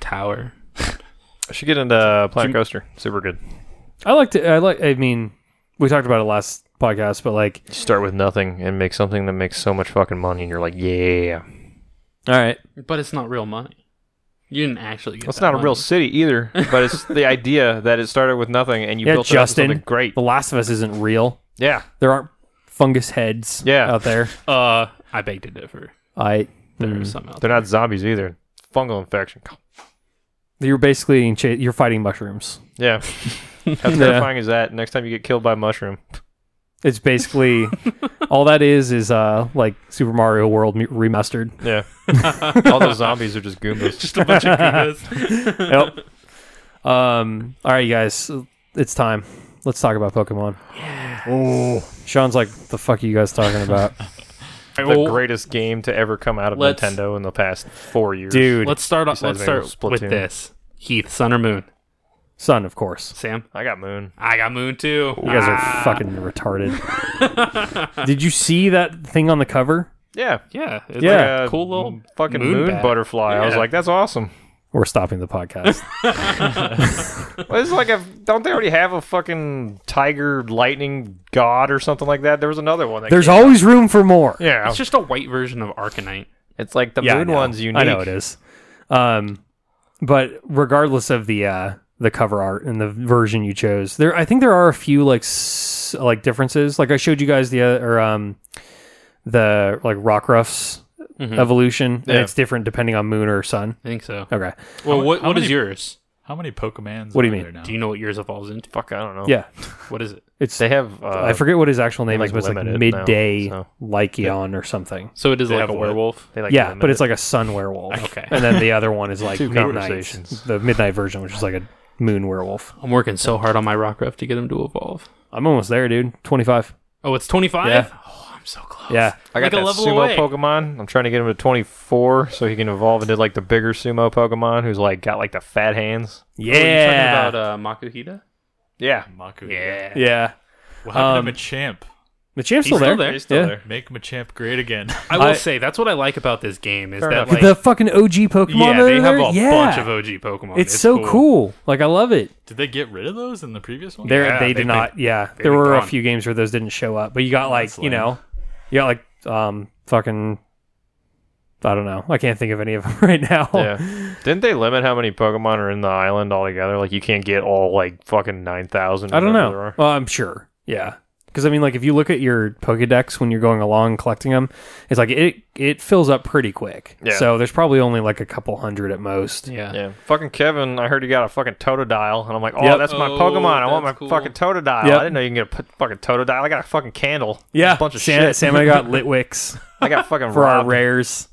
Speaker 2: tower.
Speaker 3: I should get into Planet Coaster. Super good.
Speaker 1: I like to. I like. I mean, we talked about it last podcast, but like,
Speaker 3: You start with nothing and make something that makes so much fucking money, and you're like, yeah.
Speaker 1: all right,
Speaker 2: But it's not real money. You didn't actually get
Speaker 3: That's
Speaker 2: that
Speaker 3: not a real
Speaker 2: money.
Speaker 3: city either, but it's the idea that it started with nothing and you
Speaker 1: yeah,
Speaker 3: built it up to
Speaker 1: Justin,
Speaker 3: something great.
Speaker 1: The Last of Us isn't real.
Speaker 3: Yeah,
Speaker 1: There aren't fungus heads
Speaker 3: Yeah.
Speaker 1: out there.
Speaker 2: Uh, I beg to differ.
Speaker 1: I
Speaker 2: There are
Speaker 1: mm.
Speaker 2: some out
Speaker 3: they're not zombies either. Fungal infection.
Speaker 1: you're basically in cha- you're fighting mushrooms.
Speaker 3: Yeah, how terrifying is that? Next time you get killed by a mushroom,
Speaker 1: It's basically all that is is uh like Super Mario World mu- remastered.
Speaker 3: yeah, all those zombies are just goombas.
Speaker 2: Just a bunch of Goombas.
Speaker 1: Yep. Um. All right, you guys, it's time. Let's talk about Pokemon. Sean's like, the fuck are you guys talking about,
Speaker 3: the greatest game to ever come out of
Speaker 2: Let's-
Speaker 3: Nintendo in the past four years.
Speaker 1: dude?
Speaker 2: Let's start off. Let's
Speaker 3: Besides
Speaker 2: start
Speaker 3: Splatoon.
Speaker 2: with this. Heath, sun or moon?
Speaker 1: Son, of course.
Speaker 2: Sam,
Speaker 3: I got Moon.
Speaker 2: I got moon too. Ah.
Speaker 1: You guys
Speaker 3: Ah.
Speaker 1: are fucking retarded. Did you see that thing on the cover?
Speaker 3: Yeah,
Speaker 2: Yeah, it's
Speaker 1: Yeah.
Speaker 2: like a cool little
Speaker 3: fucking moon,
Speaker 2: bat.
Speaker 3: butterfly. I was
Speaker 2: Yeah.
Speaker 3: like, that's awesome.
Speaker 1: We're stopping the podcast.
Speaker 3: Well, it's like a don't they already have a fucking tiger lightning god or something like that? There was another one. That
Speaker 1: There's
Speaker 3: came-
Speaker 1: always room for more.
Speaker 3: yeah.
Speaker 2: It's just a white version of Arcanite.
Speaker 3: It's like the
Speaker 1: Yeah, I
Speaker 3: moon
Speaker 1: know.
Speaker 3: one's unique.
Speaker 1: I know it is. Um, but regardless of the uh, the cover art and the version you chose, there I think there are a few like s- like differences. Like I showed you guys the uh, or um the like Rockruff's evolution, and
Speaker 3: Mm-hmm. Yeah.
Speaker 1: it's different depending on moon or sun.
Speaker 2: I think so.
Speaker 1: Okay,
Speaker 2: Well, what
Speaker 4: how
Speaker 2: what is
Speaker 4: many-
Speaker 2: yours?
Speaker 4: How many Pokemans?
Speaker 1: What do you
Speaker 4: are
Speaker 1: mean?
Speaker 4: there now?
Speaker 2: Do you know what yours evolves into?
Speaker 3: Fuck, I don't know.
Speaker 1: yeah,
Speaker 2: What is it?
Speaker 1: it's
Speaker 3: Oh. They have. Uh,
Speaker 1: I forget what his actual name
Speaker 3: like,
Speaker 1: is, but it's like
Speaker 3: limit it now,
Speaker 1: midday
Speaker 3: so.
Speaker 1: Lycaon or something.
Speaker 2: So it is
Speaker 4: They
Speaker 2: like
Speaker 4: have
Speaker 2: a
Speaker 4: what?
Speaker 2: werewolf.
Speaker 3: They like
Speaker 1: yeah,
Speaker 3: limit
Speaker 1: but
Speaker 3: it.
Speaker 1: it's like a sun werewolf.
Speaker 2: Okay.
Speaker 1: and then the other one is like
Speaker 3: Two
Speaker 1: midnight,
Speaker 3: conversations.
Speaker 1: the midnight version, which is like a moon werewolf.
Speaker 2: I'm working so hard on my Rockruff to get him to evolve.
Speaker 1: I'm almost there, dude. Twenty five.
Speaker 2: Oh, it's 25.
Speaker 1: Yeah.
Speaker 2: Oh, I'm so close.
Speaker 1: Yeah.
Speaker 3: I
Speaker 2: like
Speaker 3: got
Speaker 2: a
Speaker 3: that
Speaker 2: level
Speaker 3: sumo
Speaker 2: away.
Speaker 3: Pokemon. I'm trying to get him to 24 so he can evolve into like the bigger sumo Pokemon who's like got like the fat hands.
Speaker 2: Oh, you're talking
Speaker 1: Yeah.
Speaker 2: about uh, Makuhita?
Speaker 3: Yeah,
Speaker 4: Maku.
Speaker 2: Yeah.
Speaker 1: yeah.
Speaker 4: What happened
Speaker 1: Um,
Speaker 4: to Machamp?
Speaker 1: Machamp's
Speaker 2: He's
Speaker 1: still there.
Speaker 2: still there.
Speaker 3: he's still
Speaker 1: Yeah.
Speaker 3: there.
Speaker 4: Make Machamp great again.
Speaker 2: I will
Speaker 1: I-
Speaker 2: say that's what I like about this game is
Speaker 3: Fair
Speaker 2: that
Speaker 3: enough.
Speaker 2: like
Speaker 1: the fucking OG Pokemon.
Speaker 2: yeah,
Speaker 1: are
Speaker 2: they have
Speaker 1: there?
Speaker 2: a
Speaker 1: yeah.
Speaker 2: bunch of OG Pokemon.
Speaker 1: It's, so cool. Like I love it.
Speaker 4: Did they get rid of those in the previous one?
Speaker 1: There
Speaker 2: Yeah,
Speaker 1: they
Speaker 2: they've
Speaker 1: did
Speaker 2: been-
Speaker 1: not. yeah. There
Speaker 2: been
Speaker 1: were a
Speaker 2: gone.
Speaker 1: few games where those didn't show up, but you got like,
Speaker 4: that's
Speaker 1: you
Speaker 4: lame.
Speaker 1: know, you got like um fucking I don't know. I can't think of any of them right now.
Speaker 3: yeah. Didn't they limit how many Pokemon are in the island altogether? Like you can't get all like fucking 9,000. or
Speaker 1: I don't
Speaker 3: whatever
Speaker 1: know.
Speaker 3: there
Speaker 1: Well, I'm sure. Yeah. Because I mean, like, if you look at your Pokedex when you're going along and collecting them, it's like it it fills up pretty quick.
Speaker 3: Yeah.
Speaker 1: So there's probably only like a couple hundred at most.
Speaker 2: Yeah.
Speaker 3: are. Yeah, fucking Kevin. I heard he got a fucking Totodile, and I'm like, oh,
Speaker 1: Yep.
Speaker 3: that's my
Speaker 2: Oh,
Speaker 3: Pokemon. I want
Speaker 2: that's
Speaker 3: my
Speaker 2: cool.
Speaker 3: fucking Totodile.
Speaker 1: Yep.
Speaker 3: I didn't know you can get a p- fucking Totodile. I got a fucking candle.
Speaker 1: Yeah,
Speaker 3: a bunch of
Speaker 1: Sam,
Speaker 3: shit.
Speaker 1: Sam and I got Litwicks
Speaker 3: I got fucking
Speaker 1: for our
Speaker 3: robbed.
Speaker 1: rares.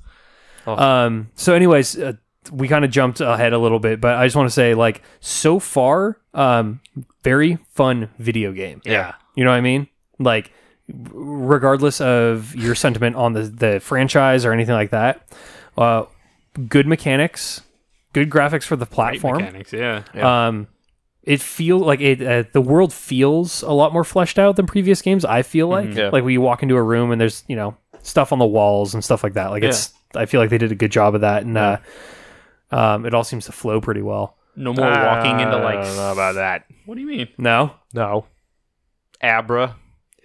Speaker 3: Oh.
Speaker 1: Um. So, anyways, uh, we kind of jumped ahead a little bit, but I just want to say, like, so far, um, very fun video game.
Speaker 2: Yeah.
Speaker 1: You know what I mean? Like, r- regardless of your sentiment on the the franchise or anything like that, uh, good mechanics, good graphics for the
Speaker 2: Great
Speaker 1: platform.
Speaker 2: mechanics. Yeah.
Speaker 1: Um, it feel like it. Uh, the world feels a lot more fleshed out than previous games. I feel like
Speaker 3: Mm-hmm. Yeah.
Speaker 1: like when you walk into a room and there's you know stuff on the walls and stuff like that. Like it's. I feel like they did a good job of that, and uh, um, it all seems to flow pretty well.
Speaker 2: No more walking into like.
Speaker 1: Ah,
Speaker 3: I don't know about that.
Speaker 2: What do you mean?
Speaker 1: No.
Speaker 3: No, Abra.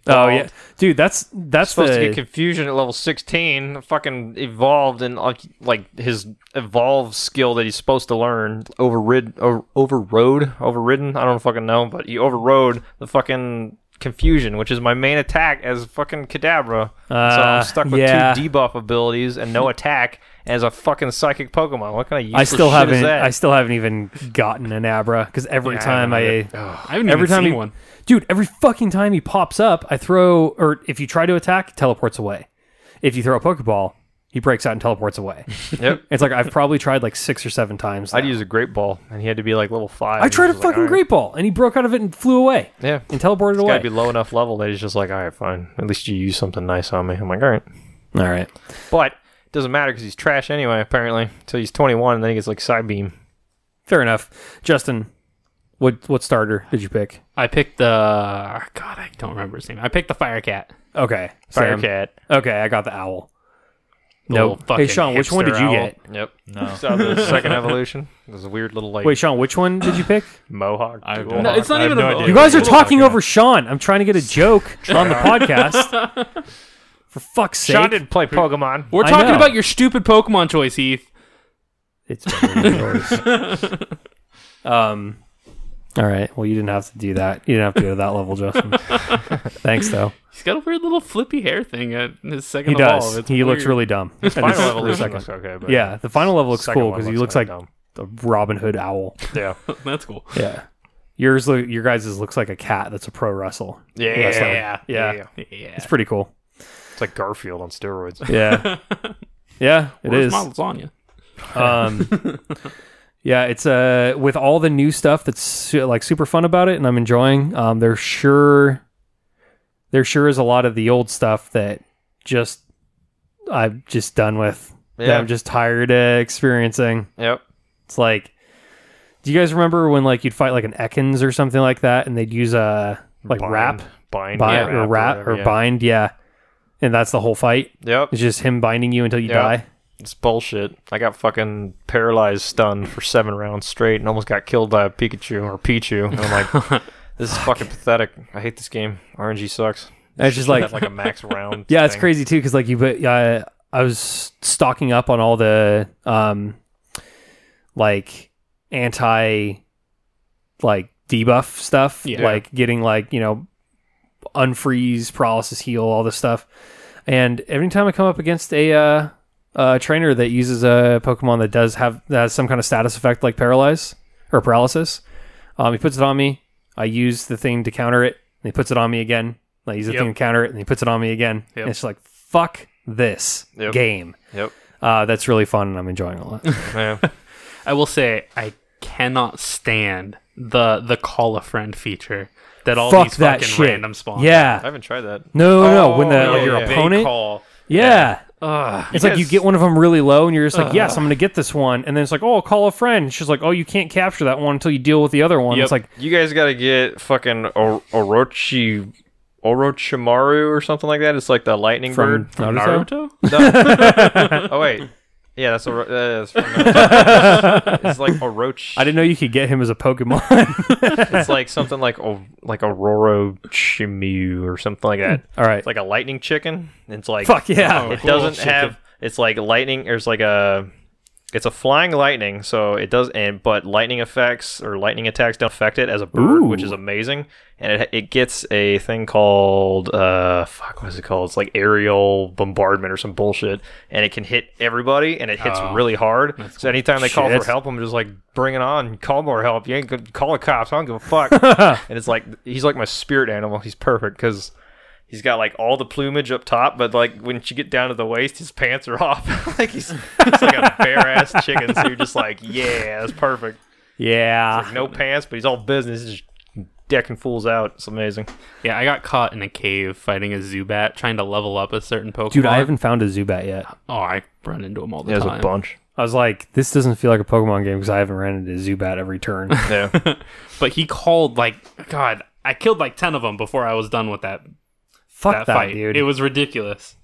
Speaker 1: Oh
Speaker 3: Evolved.
Speaker 1: yeah, dude. That's that's
Speaker 3: supposed
Speaker 1: the
Speaker 3: to get confusion at level 16 fucking evolved and like, like his evolve skill that he's supposed to learn overrid o- overrode overridden i don't fucking know but he overrode the fucking confusion which is my main attack as fucking cadabra so
Speaker 1: Uh,
Speaker 3: i'm stuck with
Speaker 1: yeah.
Speaker 3: two debuff abilities and no attack as a fucking psychic pokemon what kind of
Speaker 1: I
Speaker 3: useless
Speaker 1: still
Speaker 3: shit is
Speaker 1: haven't.
Speaker 3: that?
Speaker 1: I still haven't even gotten an Abra because every time I,
Speaker 2: I haven't
Speaker 1: every
Speaker 2: even
Speaker 1: time
Speaker 2: seen
Speaker 1: he,
Speaker 2: one.
Speaker 1: dude, every fucking time he pops up, I throw or if you try to attack, it teleports away. If you throw a Pokeball, he breaks out and teleports away.
Speaker 3: Yep.
Speaker 1: it's like I've probably tried like six or seven times.
Speaker 3: i'd
Speaker 1: now.
Speaker 3: use a great ball and he had to be like level 5
Speaker 1: I
Speaker 3: He's
Speaker 1: tried a
Speaker 3: just like,
Speaker 1: fucking
Speaker 3: "All right."
Speaker 1: Great Ball and he broke out of it and flew away
Speaker 3: yeah
Speaker 1: and teleported
Speaker 3: it's
Speaker 1: away.
Speaker 3: gotta be low enough level that he's just like, all right, fine. At least you use something nice on me. I'm like, all right.
Speaker 1: All right.
Speaker 3: But it doesn't matter because he's trash anyway, apparently, until he's 21 and then he gets like side beam.
Speaker 1: Fair enough. Justin, what what starter did you pick?
Speaker 2: I picked the. God, I don't remember his name. I picked the Fire Cat.
Speaker 1: Okay. Sam.
Speaker 3: Firecat.
Speaker 1: Okay, I got the owl.
Speaker 2: The
Speaker 1: No.
Speaker 2: little fucking
Speaker 1: Hey Sean, which one
Speaker 2: hipster
Speaker 1: did you
Speaker 2: owl.
Speaker 1: get?
Speaker 3: Yep.
Speaker 4: No,
Speaker 3: Saw the second evolution. There's a weird little like
Speaker 1: Wait, Sean, which one did you pick?
Speaker 3: mohawk.
Speaker 4: I have
Speaker 3: dual
Speaker 2: No,
Speaker 3: hawk.
Speaker 2: it's not
Speaker 4: I have
Speaker 2: even
Speaker 4: no
Speaker 2: a-
Speaker 4: idea.
Speaker 2: You
Speaker 1: You guys are talking over Sean. I'm trying to get a joke on the podcast. For fuck's sake.
Speaker 3: Sean didn't play Pokemon.
Speaker 2: We're
Speaker 1: I
Speaker 2: talking
Speaker 1: know.
Speaker 2: about your stupid Pokemon choice, Heath.
Speaker 1: It's better than yours. um, all right. Well, you didn't have to do that. You didn't have to go to that level, Justin. Thanks, though.
Speaker 2: He's got a weird little flippy hair thing at his second
Speaker 1: He
Speaker 2: evolve.
Speaker 1: does.
Speaker 2: It's
Speaker 1: He looks
Speaker 2: weird.
Speaker 1: really dumb. And
Speaker 3: Final
Speaker 1: this-
Speaker 3: evolution looks okay, but
Speaker 1: yeah, the final level looks
Speaker 3: second
Speaker 1: cool
Speaker 3: one
Speaker 1: because he looks like
Speaker 3: looks kinda dumb.
Speaker 1: a Robin Hood owl.
Speaker 3: yeah,
Speaker 2: That's cool.
Speaker 1: Yeah. Yours, look, your guys' looks like a cat that's a pro wrestle.
Speaker 3: yeah,
Speaker 1: Wrestling.
Speaker 3: yeah,
Speaker 1: Yeah.
Speaker 2: Yeah.
Speaker 1: It's pretty cool.
Speaker 3: It's like Garfield on steroids.
Speaker 1: Yeah. Yeah, it
Speaker 2: Where's
Speaker 1: is.
Speaker 2: my lasagna?
Speaker 1: Um, yeah, it's uh with all the new stuff that's su- like super fun about it, and I'm enjoying. Um, there sure, there sure is a lot of the old stuff that just I'm just done with. That
Speaker 3: Yeah.
Speaker 1: I'm just tired of experiencing.
Speaker 3: Yep.
Speaker 1: It's like, do you guys remember when like you'd fight like an Ekans or something like that, and they'd use a like
Speaker 3: Bind-
Speaker 1: wrap,
Speaker 3: bind,
Speaker 1: bind, or wrap
Speaker 3: whatever,
Speaker 1: or
Speaker 3: yeah.
Speaker 1: bind, yeah, and that's the whole fight.
Speaker 3: Yep.
Speaker 1: It's just him binding you until you
Speaker 3: Yeah.
Speaker 1: die.
Speaker 3: It's bullshit. I got fucking paralyzed, stunned for seven rounds straight, and almost got killed by a Pikachu or Pichu. And I'm like, this is fucking pathetic. I hate this game. RNG sucks.
Speaker 1: And it's just like
Speaker 3: Have, like a max round.
Speaker 1: Yeah, it's
Speaker 3: thing.
Speaker 1: crazy too because like you, but uh, I was stocking up on all the um, like anti, like debuff stuff,
Speaker 2: Yeah.
Speaker 1: like getting like you know, unfreeze, paralysis, heal, all this stuff. And every time I come up against a uh, uh, trainer that uses a Pokemon that does have that has some kind of status effect like paralyze or paralysis, um, he puts it on me. I use the thing to counter it, and he puts it on me again. And I use the
Speaker 2: Yep.
Speaker 1: thing to counter it, and he puts it on me again.
Speaker 2: Yep.
Speaker 1: And it's like fuck this
Speaker 3: Yep.
Speaker 1: game.
Speaker 3: Yep.
Speaker 1: Uh, that's really fun, and I'm enjoying it a lot.
Speaker 3: Yeah.
Speaker 2: I will say I cannot stand the the call a friend feature that all
Speaker 1: fuck
Speaker 2: these
Speaker 1: that
Speaker 2: fucking
Speaker 1: shit.
Speaker 2: random spawns.
Speaker 3: I
Speaker 1: Yeah.
Speaker 3: haven't tried that.
Speaker 1: No, no, no. When the
Speaker 3: Oh,
Speaker 1: like, your
Speaker 3: yeah.
Speaker 2: They
Speaker 1: opponent,
Speaker 3: Oh,
Speaker 2: call.
Speaker 1: yeah.
Speaker 2: Ugh.
Speaker 1: It's like you
Speaker 3: Yes.
Speaker 1: get one of them really low, and you're just like, "Yes, I'm going to get this one." And then it's like, "Oh, I'll call a friend." And she's like, "Oh, you can't capture that one until you deal with the other one."
Speaker 2: Yep.
Speaker 1: It's like,
Speaker 3: You guys gotta get fucking o- Orochi. Orochimaru or something like that. It's like the lightning
Speaker 1: From
Speaker 3: bird.
Speaker 1: Naruto?
Speaker 3: No. oh wait, yeah, that's, Oro- uh, that's from Naruto. It's like Orochi.
Speaker 1: I didn't know you could get him as a Pokemon.
Speaker 3: It's like something like a like Aurora Chimu or something like that.
Speaker 1: All right,
Speaker 3: It's like a lightning chicken. It's like
Speaker 1: fuck yeah.
Speaker 3: It doesn't have. It's like lightning. There's like a. It's a flying lightning, so it does. And but lightning effects or lightning attacks don't affect it as a bird, which is amazing. And it it gets a thing called uh fuck what is it called? It's like aerial bombardment or some bullshit, and it can hit everybody, and it hits really hard. So anytime they call
Speaker 1: Shit.
Speaker 3: for help, I'm just like bring it on, call more help. You ain't gonna call the cops. I don't give a fuck. and it's like he's like my spirit animal. He's perfect because. He's got like all the plumage up top, but like when you get down to the waist, his pants are off. like he's, he's like a bare ass chicken. So you're just like, yeah, that's perfect.
Speaker 1: Yeah.
Speaker 3: Like no pants, but he's all business, just decking fools out. It's amazing.
Speaker 2: Yeah, I got caught in a cave fighting a Zubat, trying to level up a certain Pokemon.
Speaker 1: Dude, I haven't found a Zubat yet.
Speaker 2: Oh, I run into him all the
Speaker 3: There's
Speaker 2: time.
Speaker 3: bunch.
Speaker 1: I was like, this doesn't feel like a Pokemon game because I haven't ran into Zubat every turn.
Speaker 3: Yeah,
Speaker 2: But he called like God. I killed like ten of them before I was done with that
Speaker 1: Fuck
Speaker 2: that,
Speaker 1: that,
Speaker 2: fight.
Speaker 1: dude.
Speaker 2: It was ridiculous.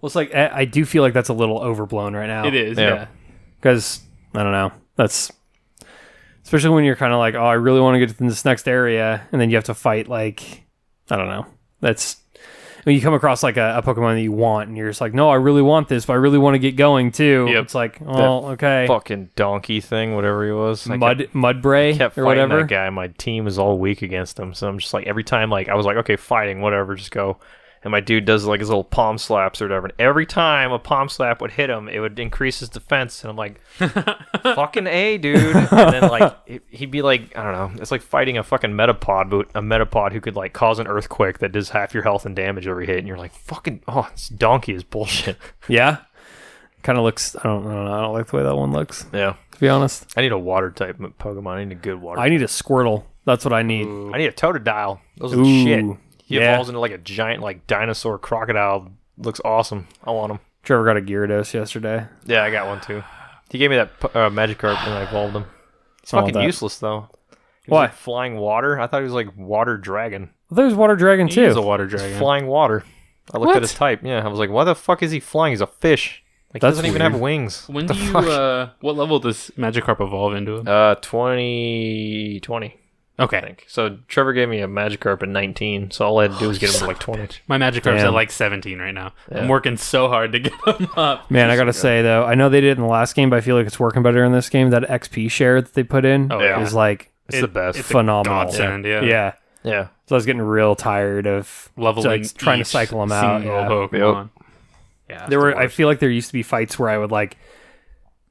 Speaker 1: well, it's like I, I do feel like that's a little overblown right now.
Speaker 2: It is.
Speaker 3: Yeah.
Speaker 2: Yeah.
Speaker 1: because I don't know. That's especially when you're kind of like, oh, I really want to get to this next area, and then you have to fight like I don't know. That's when you come across like a, a Pokemon that you want, and you're just like, no, I really want this, but I really want to get going too.
Speaker 2: Yep.
Speaker 1: It's like, oh, okay,
Speaker 3: fucking donkey thing, whatever he was. I
Speaker 1: Mud Mudbray
Speaker 3: kept
Speaker 1: or
Speaker 3: fighting
Speaker 1: whatever.
Speaker 3: that guy. My team was all weak against him, so I'm just like every time, like I was like, okay, fighting, whatever, just go. And my dude does like his little palm slaps or whatever. And every time a palm slap would hit him, it would increase his defense. And I'm like, fucking a, dude. And then like it- he'd be like, I don't know. It's like fighting a fucking metapod, but a metapod who could like cause an earthquake that does half your health and damage every hit. And you're like, fucking, oh, this donkey is bullshit.
Speaker 1: Yeah, kind of looks. I don't, I don't know. I don't like the way that one looks.
Speaker 3: Yeah,
Speaker 1: To be honest,
Speaker 3: I need a water type Pokemon. I need a good water.
Speaker 1: I need a Squirtle. That's what I need.
Speaker 3: I need a Totodile. Those are
Speaker 1: Ooh,
Speaker 3: the shit. He
Speaker 1: yeah.
Speaker 3: evolves into like a giant like dinosaur crocodile. Looks awesome. I want him.
Speaker 1: Trevor got a Gyarados yesterday.
Speaker 3: Yeah, I got one too. He gave me that p- uh, Magikarp and I evolved him. He's
Speaker 1: I want
Speaker 3: fucking
Speaker 1: that.
Speaker 3: useless though. He was,
Speaker 1: Why?
Speaker 3: like, flying water. I thought he was like water dragon.
Speaker 1: There's Water Dragon too.
Speaker 2: He is a water
Speaker 3: He's
Speaker 2: dragon.
Speaker 3: flying water. I looked at his type. Yeah, I was like, why the fuck is he flying? He's a fish. Like,
Speaker 1: That's
Speaker 3: he doesn't even have
Speaker 1: weird.
Speaker 3: wings.
Speaker 2: When
Speaker 3: What the
Speaker 2: do you?
Speaker 3: fuck?
Speaker 2: Uh, what level does Magikarp evolve into? him?
Speaker 3: Uh, 20, 20, I
Speaker 2: okay,
Speaker 3: think. So Trevor gave me a Magikarp at 19, so all I had to do was get him to like 20.
Speaker 2: my Magikarp's
Speaker 1: Damn.
Speaker 2: at like 17 right now. I'm
Speaker 3: Yeah.
Speaker 2: working so hard to get him up.
Speaker 1: Man, I gotta say though, I know they did in the last game, but I feel like it's working better in this game. That XP share that they put in
Speaker 2: Oh, yeah.
Speaker 1: is like
Speaker 3: It's the best.
Speaker 2: It's
Speaker 1: phenomenal.
Speaker 2: A godsend, yeah.
Speaker 1: yeah.
Speaker 3: Yeah.
Speaker 1: So I was getting real tired of
Speaker 2: Leveling,
Speaker 1: like, trying to
Speaker 2: each
Speaker 1: cycle them out.
Speaker 2: single
Speaker 1: yeah.
Speaker 2: Pokemon.
Speaker 1: There were I feel like there used to be fights where I would like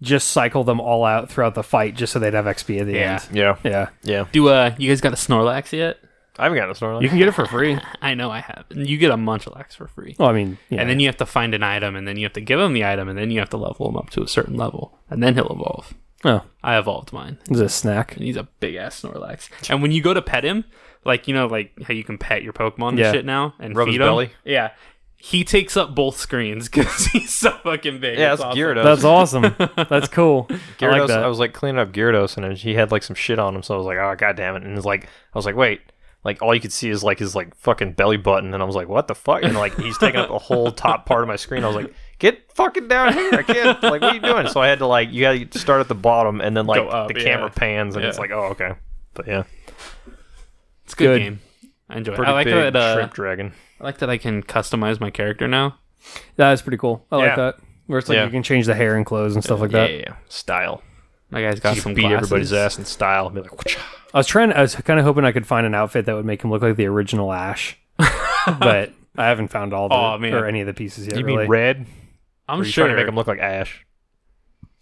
Speaker 1: just cycle them all out throughout the fight just so they'd have XP at the
Speaker 2: Yeah.
Speaker 1: end.
Speaker 3: Yeah.
Speaker 1: Yeah.
Speaker 2: Do uh, you guys got a Snorlax yet?
Speaker 3: I haven't gotten a Snorlax.
Speaker 1: You can get it for free.
Speaker 2: I know I have. And You get a Munchlax for free.
Speaker 1: Well, I mean, yeah.
Speaker 2: And then you have to find an item, and then you have to give him the item, and then you have to level him up to a certain level, and then he'll evolve.
Speaker 1: oh,
Speaker 2: I evolved mine.
Speaker 1: it's a snack.
Speaker 2: and he's a big ass Snorlax. And when you go to pet him, like you know, like how you can pet your Pokemon and
Speaker 1: Yeah.
Speaker 2: shit now and
Speaker 3: Rub
Speaker 2: feed
Speaker 3: his
Speaker 2: him.
Speaker 3: belly?
Speaker 2: Yeah, he takes up both screens because he's so fucking big.
Speaker 3: yeah,
Speaker 2: It's
Speaker 3: that's
Speaker 2: awesome.
Speaker 3: Gyarados.
Speaker 1: That's awesome. That's cool. I
Speaker 3: Gyarados, I,
Speaker 1: like that.
Speaker 3: was like cleaning up Gyarados, and then he had like some shit on him. So I was like, oh god damn it! And it's like, I was like, wait, like all you could see is like his like fucking belly button, and I was like, what the fuck? And like he's taking up the whole top part of my screen. I was like, get fucking down here! I can't. Like, what are you doing? So I had to like, you got to start at the bottom, and then like
Speaker 2: Go up,
Speaker 3: the
Speaker 2: yeah.
Speaker 3: camera pans, and it's
Speaker 2: Yeah.
Speaker 3: like, oh okay. But yeah,
Speaker 2: It's a good,
Speaker 1: Good.
Speaker 2: game. I enjoy. it.
Speaker 3: pretty
Speaker 2: I like
Speaker 3: big
Speaker 2: that. Uh,
Speaker 3: shrimp dragon.
Speaker 2: I like that I can customize my character now.
Speaker 1: That is pretty cool. I like
Speaker 3: Yeah.
Speaker 1: that. Where it's like
Speaker 3: Yeah.
Speaker 1: you can change the hair and clothes and stuff like that.
Speaker 3: yeah, yeah, yeah. style.
Speaker 2: My guy's got
Speaker 3: You
Speaker 2: some
Speaker 3: can beat everybody's
Speaker 2: glasses.
Speaker 3: ass in style. and Be like, "Whoosh."
Speaker 1: I was trying. I was kind of hoping I could find an outfit that would make him look like the original Ash, but I haven't found all the
Speaker 2: Aw, man.
Speaker 1: or any of the pieces yet.
Speaker 3: you
Speaker 1: really.
Speaker 3: mean red?
Speaker 2: I'm
Speaker 3: Are you
Speaker 2: sure.
Speaker 3: trying to make him look like Ash?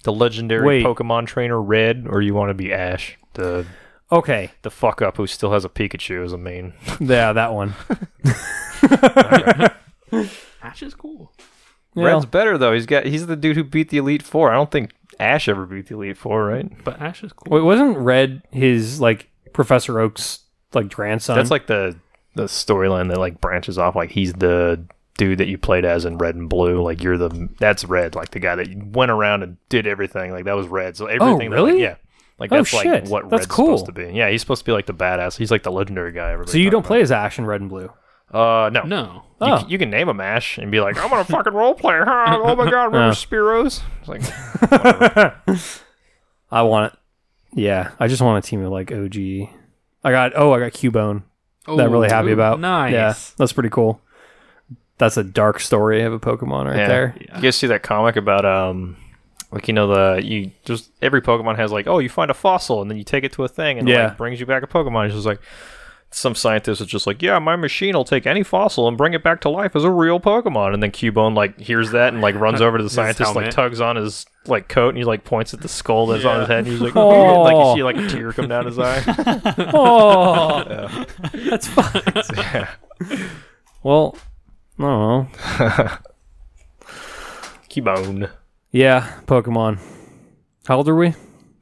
Speaker 3: The legendary
Speaker 1: Wait.
Speaker 3: Pokemon trainer Red, or you want to be Ash, the
Speaker 1: okay,
Speaker 3: the fuck up who still has a Pikachu as a main?
Speaker 1: yeah, that one.
Speaker 2: Ash is cool.
Speaker 1: Yeah.
Speaker 3: Red's better though. He's got he's the dude who beat the Elite Four. I don't think Ash ever beat the Elite Four, right?
Speaker 2: But Ash is cool.
Speaker 1: Wait, wasn't Red his like Professor Oak's like grandson?
Speaker 3: That's like the the storyline that like branches off. Like he's the dude that you played as in Red and Blue. Like you're the that's Red, like the guy that went around and did everything. Like that was Red. So everything. that, like,
Speaker 1: Oh, really?
Speaker 3: yeah. Like
Speaker 1: Oh,
Speaker 3: that's
Speaker 1: shit.
Speaker 3: like what
Speaker 1: That's
Speaker 3: Red's
Speaker 1: cool.
Speaker 3: supposed to be. Yeah, he's supposed to be like the badass. He's like the legendary guy. everybody
Speaker 1: so you don't
Speaker 3: talks
Speaker 1: play as Ash in Red and Blue.
Speaker 3: about. Uh, no.
Speaker 2: No.
Speaker 3: You,
Speaker 1: Oh.
Speaker 3: c- you can name him Ash and be like, I'm gonna fucking roleplay. Huh? Oh my god, remember Spiros? It's like,
Speaker 1: I want it. Yeah, I just want a team of like OG. I got oh, I got Cubone. that I'm really happy
Speaker 2: Ooh,
Speaker 1: about.
Speaker 2: Oh, Nice.
Speaker 1: Yeah, that's pretty cool. That's a dark story of a Pokemon right
Speaker 3: yeah.
Speaker 1: there.
Speaker 3: You guys see that comic about um, like you know the you just every Pokemon has like, oh, you find a fossil and then you take it to a thing and
Speaker 1: Yeah.
Speaker 3: it like, brings you back a Pokemon. It's just like some scientist is just like, yeah, my machine will take any fossil and bring it back to life as a real Pokemon. And then Cubone like hears that and like runs over to the scientist, like
Speaker 2: helmet.
Speaker 3: tugs on his like coat and he like points at the skull that's on his head. And he's like,
Speaker 1: Oh.
Speaker 3: like you see like a tear come down his eye.
Speaker 1: Oh, that's fun. Well, I don't know.
Speaker 3: Cubone.
Speaker 1: Yeah, Pokemon. How old are we?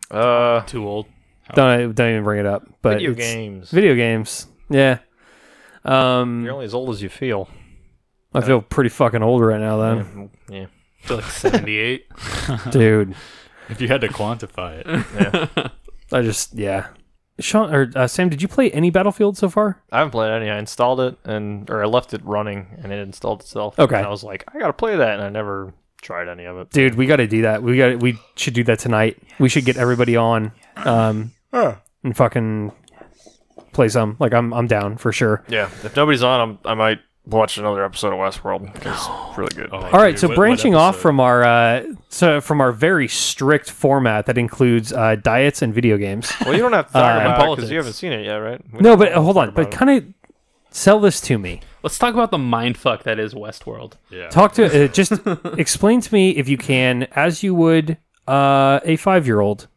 Speaker 3: Uh,
Speaker 2: Too old.
Speaker 1: Don't don't even bring it up. But
Speaker 3: video
Speaker 1: it's-
Speaker 3: games.
Speaker 1: Video games. Yeah. Um,
Speaker 3: You're only as old as you feel.
Speaker 1: I feel pretty fucking old right now, then,
Speaker 3: Yeah.
Speaker 2: Feel like 78.
Speaker 1: dude.
Speaker 4: If you had to quantify it,
Speaker 1: I just yeah. Sean or uh, Sam, did you play any Battlefield so far?
Speaker 3: I haven't played any. I installed it and or I left it running and it installed itself.
Speaker 1: Okay.
Speaker 3: And I was like, I gotta play that, and I never tried any of it.
Speaker 1: Dude, we got to do that. We got we should do that tonight. We should get everybody on, um, and fucking play some. Like I'm I'm down for sure.
Speaker 3: Yeah. If nobody's on, I'm, I might watch another episode of Westworld. It's really good.
Speaker 4: Oh,
Speaker 1: All right,
Speaker 4: dude,
Speaker 1: so
Speaker 4: what- what
Speaker 1: branching off
Speaker 4: episode?
Speaker 1: from our uh, so from our very strict format that includes uh, diets and video games.
Speaker 3: Well, you don't have to talk
Speaker 1: Uh,
Speaker 3: about it
Speaker 2: politics.
Speaker 3: because you haven't seen it yet, right? We
Speaker 1: no,
Speaker 3: don't
Speaker 1: but
Speaker 3: have to
Speaker 1: uh, hold
Speaker 3: talk
Speaker 1: on. But
Speaker 3: about it.
Speaker 1: kind of sell this to me.
Speaker 2: Let's talk about the mindfuck that is Westworld.
Speaker 4: yeah.
Speaker 1: Talk to uh, just explain to me if you can, as you would uh, a five year old,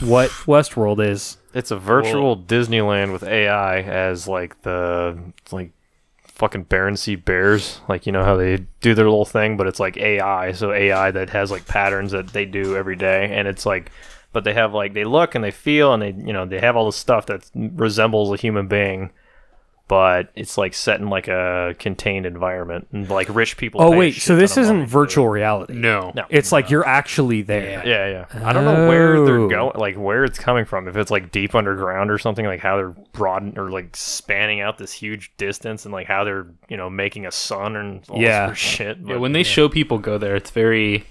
Speaker 1: what Westworld is.
Speaker 3: it's a virtual Disneyland with AI as like the it's like fucking Baron Sea Bears. Like you know how they do their little thing, but it's like AI. So AI that has like patterns that they do every day, and it's like, but they have like they look and they feel and they you know they have all this stuff that resembles a human being. But it's like set in like a contained environment, and like rich people.
Speaker 1: Oh
Speaker 3: pay a
Speaker 1: wait,
Speaker 3: shit
Speaker 1: so this
Speaker 3: ton of
Speaker 1: isn't
Speaker 3: money for it.
Speaker 1: virtual reality.
Speaker 2: No.
Speaker 3: No.
Speaker 1: It's like you're actually there.
Speaker 3: Yeah, yeah. I don't know where
Speaker 1: Oh.
Speaker 3: they're going, like where it's coming from. If it's like deep underground or something, like how they're broadening or like spanning out this huge distance, and like how they're you know making a sun and all
Speaker 1: Yeah.
Speaker 3: this weird shit.
Speaker 2: Yeah,
Speaker 3: but-
Speaker 2: when they show people go there, it's very